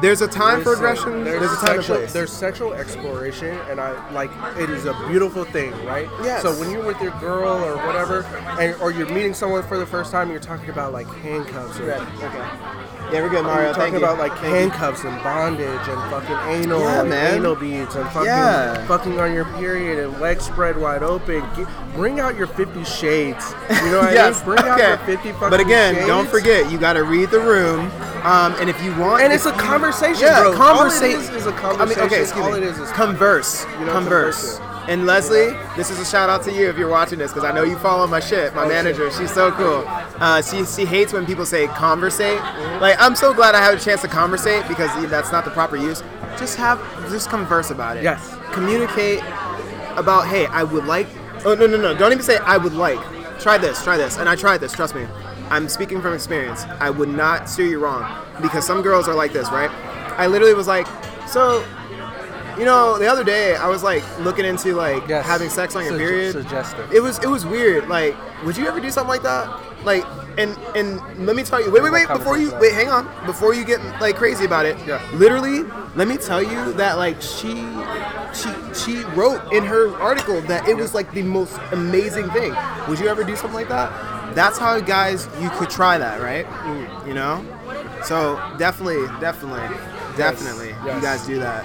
Speaker 2: There's a time for
Speaker 3: There's-
Speaker 2: aggression. There's, a time and
Speaker 3: sexual,
Speaker 2: place.
Speaker 3: There's sexual exploration, and I like it is a beautiful thing, right?
Speaker 2: Yes.
Speaker 3: So when you're with your girl or whatever, and or you're meeting someone for the first time, you're talking about like handcuffs or.
Speaker 2: Yeah, we're good,
Speaker 3: You're
Speaker 2: Mario.
Speaker 3: talking
Speaker 2: Thank
Speaker 3: about
Speaker 2: you.
Speaker 3: like handcuffs and bondage and fucking anal
Speaker 2: Yeah,
Speaker 3: and
Speaker 2: man.
Speaker 3: anal beads and fucking
Speaker 2: Yeah.
Speaker 3: fucking on your period and legs spread wide open. Get, bring out your Fifty Shades. You
Speaker 2: <laughs>
Speaker 3: know what
Speaker 2: yes.
Speaker 3: I mean? Bring out
Speaker 2: okay.
Speaker 3: your Fifty fucking
Speaker 2: but again,
Speaker 3: shades.
Speaker 2: don't forget, you got to read the room. Um, and if you want,
Speaker 3: And
Speaker 2: if
Speaker 3: it's a
Speaker 2: you-
Speaker 3: conversation,
Speaker 2: Yeah,
Speaker 3: bro.
Speaker 2: conversation
Speaker 3: All it is is a
Speaker 2: I mean, okay,
Speaker 3: conversation.
Speaker 2: excuse
Speaker 3: All
Speaker 2: me.
Speaker 3: it is is
Speaker 2: converse.
Speaker 3: You know,
Speaker 2: converse.
Speaker 3: converse,
Speaker 2: And Leslie, this is a shout out to you if you're watching this because I know you follow my shit. My
Speaker 3: Oh,
Speaker 2: manager, she's so cool. Uh, she she hates when people say conversate.
Speaker 3: Mm-hmm.
Speaker 2: Like I'm so glad I had a chance to conversate because that's not the proper use. Just have just converse about it.
Speaker 3: Yes.
Speaker 2: Communicate about hey, I would like. Oh no no no! Don't even say I would like. Try this, try this, and I tried this. Trust me, I'm speaking from experience. I would not steer you wrong because some girls are like this, right? I literally was like, so, you know, the other day I was like looking into like
Speaker 3: Yes.
Speaker 2: having sex on your
Speaker 3: Sug-
Speaker 2: period.
Speaker 3: suggestive.
Speaker 2: It was it was weird. Like, would you ever do something like that? Like, and and let me tell you. Wait wait wait. Before you wait, hang on. Before you get like crazy about it.
Speaker 3: Yeah.
Speaker 2: Literally, let me tell you that like she she she wrote in her article that it was like the most amazing thing. Would you ever do something like that? That's how guys you could try that, right?
Speaker 3: Mm.
Speaker 2: You know? So definitely, definitely, definitely you
Speaker 3: yes.
Speaker 2: guys do that.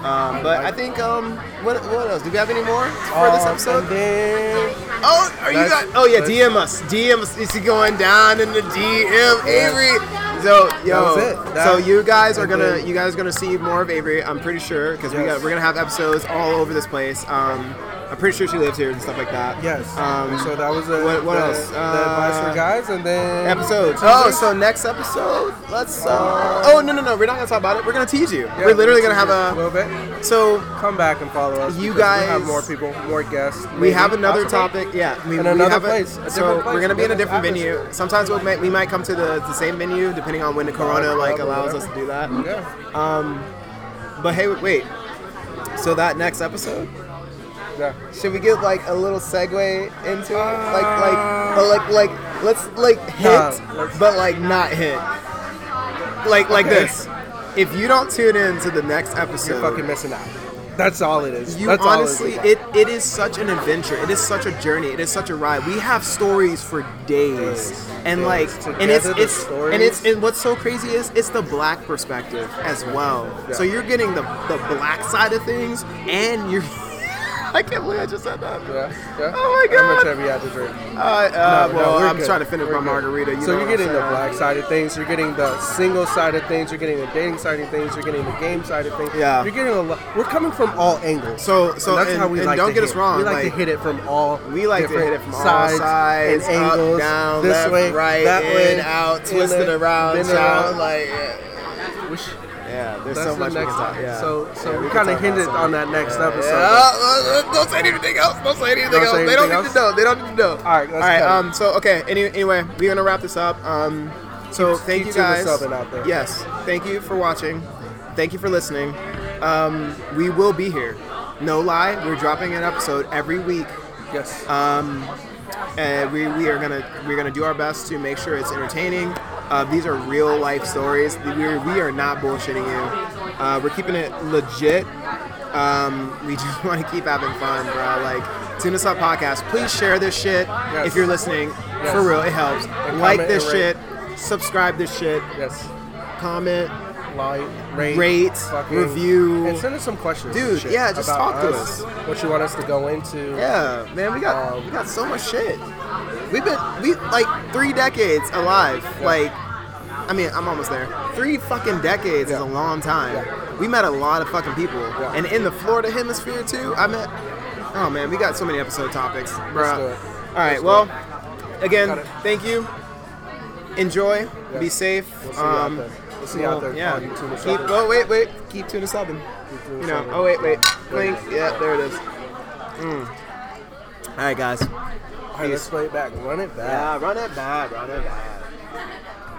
Speaker 2: Um, but I think um what what else? Do we have any more for this
Speaker 3: Um,
Speaker 2: episode?
Speaker 3: and then-
Speaker 2: Oh, are you
Speaker 3: Let's-
Speaker 2: guys? Oh yeah,
Speaker 3: let's-
Speaker 2: DM us. DM us. It's going down in the DM, Avery. So yo,
Speaker 3: That was it. That-
Speaker 2: so you guys are
Speaker 3: and
Speaker 2: gonna
Speaker 3: then-
Speaker 2: you guys are gonna see more of Avery. I'm pretty sure because we
Speaker 3: Yes.
Speaker 2: got we're gonna have episodes all over this place. Um, I'm pretty sure she lives here and stuff like that.
Speaker 3: Yes.
Speaker 2: Um,
Speaker 3: so that was a,
Speaker 2: what- what
Speaker 3: the,
Speaker 2: else?
Speaker 3: The advice
Speaker 2: Uh,
Speaker 3: for guys, and then
Speaker 2: episode.
Speaker 3: Tuesdays?
Speaker 2: Oh, so next episode, let's. Uh, oh no no no, we're not gonna talk about it. We're gonna tease you.
Speaker 3: Yeah,
Speaker 2: we're literally gonna
Speaker 3: tease
Speaker 2: have a.
Speaker 3: you little bit.
Speaker 2: So
Speaker 3: Come back and follow us.
Speaker 2: You
Speaker 3: because we have
Speaker 2: guys-
Speaker 3: more people, more guests.
Speaker 2: We
Speaker 3: maybe,
Speaker 2: have another
Speaker 3: possibly.
Speaker 2: topic. Yeah, we,
Speaker 3: In
Speaker 2: we
Speaker 3: another
Speaker 2: have a-
Speaker 3: place, a
Speaker 2: so
Speaker 3: different place,
Speaker 2: we're gonna be in a different
Speaker 3: different
Speaker 2: venue.
Speaker 3: atmosphere.
Speaker 2: Sometimes we'll make, we might come to the, the same venue depending on when the corona like allows us to do that.
Speaker 3: Yeah.
Speaker 2: But hey, wait. So that next episode,
Speaker 3: Yeah.
Speaker 2: should we get like a little segue into it? Like like uh, like like let's like hit,
Speaker 3: Nah, let's-
Speaker 2: but like not hit. Like like
Speaker 3: Okay.
Speaker 2: this. If you don't tune in to the next episode,
Speaker 3: You're fucking missing out. That's all it is.
Speaker 2: you
Speaker 3: That's all
Speaker 2: honestly,
Speaker 3: it is.
Speaker 2: it, it is such an adventure. It is such a journey. It is such a ride. We have stories for days,
Speaker 3: Days.
Speaker 2: and
Speaker 3: Days.
Speaker 2: like,
Speaker 3: Together,
Speaker 2: and it's
Speaker 3: the
Speaker 2: it's
Speaker 3: stories.
Speaker 2: and it's and what's so crazy is it's the black perspective as well.
Speaker 3: Yeah.
Speaker 2: So you're getting the the black side of things, and you're. <laughs> I can't believe I just said that.
Speaker 3: Yeah, yeah.
Speaker 2: Oh my
Speaker 3: How
Speaker 2: God.
Speaker 3: much have you had to drink?
Speaker 2: Uh, uh,
Speaker 3: No, no,
Speaker 2: well,
Speaker 3: we're
Speaker 2: I'm
Speaker 3: good.
Speaker 2: trying to finish
Speaker 3: We're
Speaker 2: my
Speaker 3: good.
Speaker 2: margarita. You
Speaker 3: so
Speaker 2: know
Speaker 3: you're
Speaker 2: what I'm
Speaker 3: getting the
Speaker 2: saying?
Speaker 3: black side of things. You're getting the single side of things. You're getting the dating side of things. You're getting the game side of things.
Speaker 2: Yeah.
Speaker 3: You're getting a lot. We're coming from all angles.
Speaker 2: So- so-
Speaker 3: And that's
Speaker 2: and-
Speaker 3: how we
Speaker 2: and
Speaker 3: like.
Speaker 2: don't
Speaker 3: to
Speaker 2: get
Speaker 3: hit.
Speaker 2: us wrong,
Speaker 3: We like,
Speaker 2: like,
Speaker 3: to hit it from all.
Speaker 2: we like to hit
Speaker 3: different
Speaker 2: it from all
Speaker 3: sides,
Speaker 2: sides,
Speaker 3: and
Speaker 2: up,
Speaker 3: angles.
Speaker 2: down,
Speaker 3: this
Speaker 2: left,
Speaker 3: way,
Speaker 2: right,
Speaker 3: that
Speaker 2: in,
Speaker 3: way,
Speaker 2: out,
Speaker 3: in
Speaker 2: twisted
Speaker 3: there,
Speaker 2: around,
Speaker 3: been
Speaker 2: shout,
Speaker 3: around.
Speaker 2: like. Yeah.
Speaker 3: We sh-
Speaker 2: Yeah, there's
Speaker 3: That's
Speaker 2: so
Speaker 3: the
Speaker 2: much we
Speaker 3: next
Speaker 2: can talk.
Speaker 3: one.
Speaker 2: Yeah.
Speaker 3: So- so
Speaker 2: Yeah,
Speaker 3: we
Speaker 2: can
Speaker 3: kinda
Speaker 2: talk about
Speaker 3: hinted
Speaker 2: so
Speaker 3: on
Speaker 2: much.
Speaker 3: that next
Speaker 2: Yeah,
Speaker 3: episode.
Speaker 2: yeah. Uh, uh, <laughs> Don't say anything else. Don't say anything
Speaker 3: Don't
Speaker 2: else.
Speaker 3: say
Speaker 2: they don't
Speaker 3: anything
Speaker 2: need to know. They don't need to know. All
Speaker 3: right, let's
Speaker 2: all right.
Speaker 3: cut it.
Speaker 2: Um. So okay. Any, anyway, we're gonna wrap this up. Um. So
Speaker 3: Keep-
Speaker 2: thank
Speaker 3: keep
Speaker 2: you
Speaker 3: tuning
Speaker 2: guys.
Speaker 3: us up and out there.
Speaker 2: Yes. Thank you for watching. Thank you for listening. Um. We will be here. No lie. We're dropping an episode every week.
Speaker 3: yes.
Speaker 2: Uh, And we, we are gonna we're gonna do our best to make sure it's entertaining. Uh, these are real life stories. We're, we are not bullshitting you. Uh, we're keeping it legit. Um, we <laughs> just want to keep having fun, bro. Like tune us up podcast. Please share this shit
Speaker 3: Yes.
Speaker 2: if you're listening. For real, it helps.
Speaker 3: And
Speaker 2: like
Speaker 3: comment
Speaker 2: this
Speaker 3: and rate.
Speaker 2: shit. Subscribe this shit.
Speaker 3: yes.
Speaker 2: Comment.
Speaker 3: like, rate,
Speaker 2: Rate,
Speaker 3: fucking-
Speaker 2: review.
Speaker 3: and send us some questions, and
Speaker 2: Dude,
Speaker 3: shit
Speaker 2: yeah, just
Speaker 3: about
Speaker 2: talk to
Speaker 3: What you want us to go into?
Speaker 2: Yeah, man, we got
Speaker 3: Um,
Speaker 2: we got so much shit. We've been we like three decades alive. Like, I mean, I'm almost there. Three fucking decades is
Speaker 3: Yeah.
Speaker 2: a long time.
Speaker 3: Yeah.
Speaker 2: We met a lot of fucking people,
Speaker 3: Yeah.
Speaker 2: and in the Florida hemisphere too. I met. Oh man, we got so many episode topics, bro.
Speaker 3: do it.
Speaker 2: All right,
Speaker 3: Let's do
Speaker 2: well,
Speaker 3: Got
Speaker 2: again,
Speaker 3: it.
Speaker 2: thank you. Enjoy.
Speaker 3: Yeah.
Speaker 2: Be safe. Um,
Speaker 3: We'll see you out there. We'll see you out there.
Speaker 2: Yeah.
Speaker 3: on YouTube or
Speaker 2: Keep.
Speaker 3: something.
Speaker 2: Oh wait, wait. Keep tuning subbing.
Speaker 3: Keep doing
Speaker 2: You know.
Speaker 3: something.
Speaker 2: Oh wait, wait.
Speaker 3: There it
Speaker 2: Link. Yeah, there it is. Mm. All right, guys.
Speaker 3: All right, let's play it back. Run it back.
Speaker 2: run it back, run it back.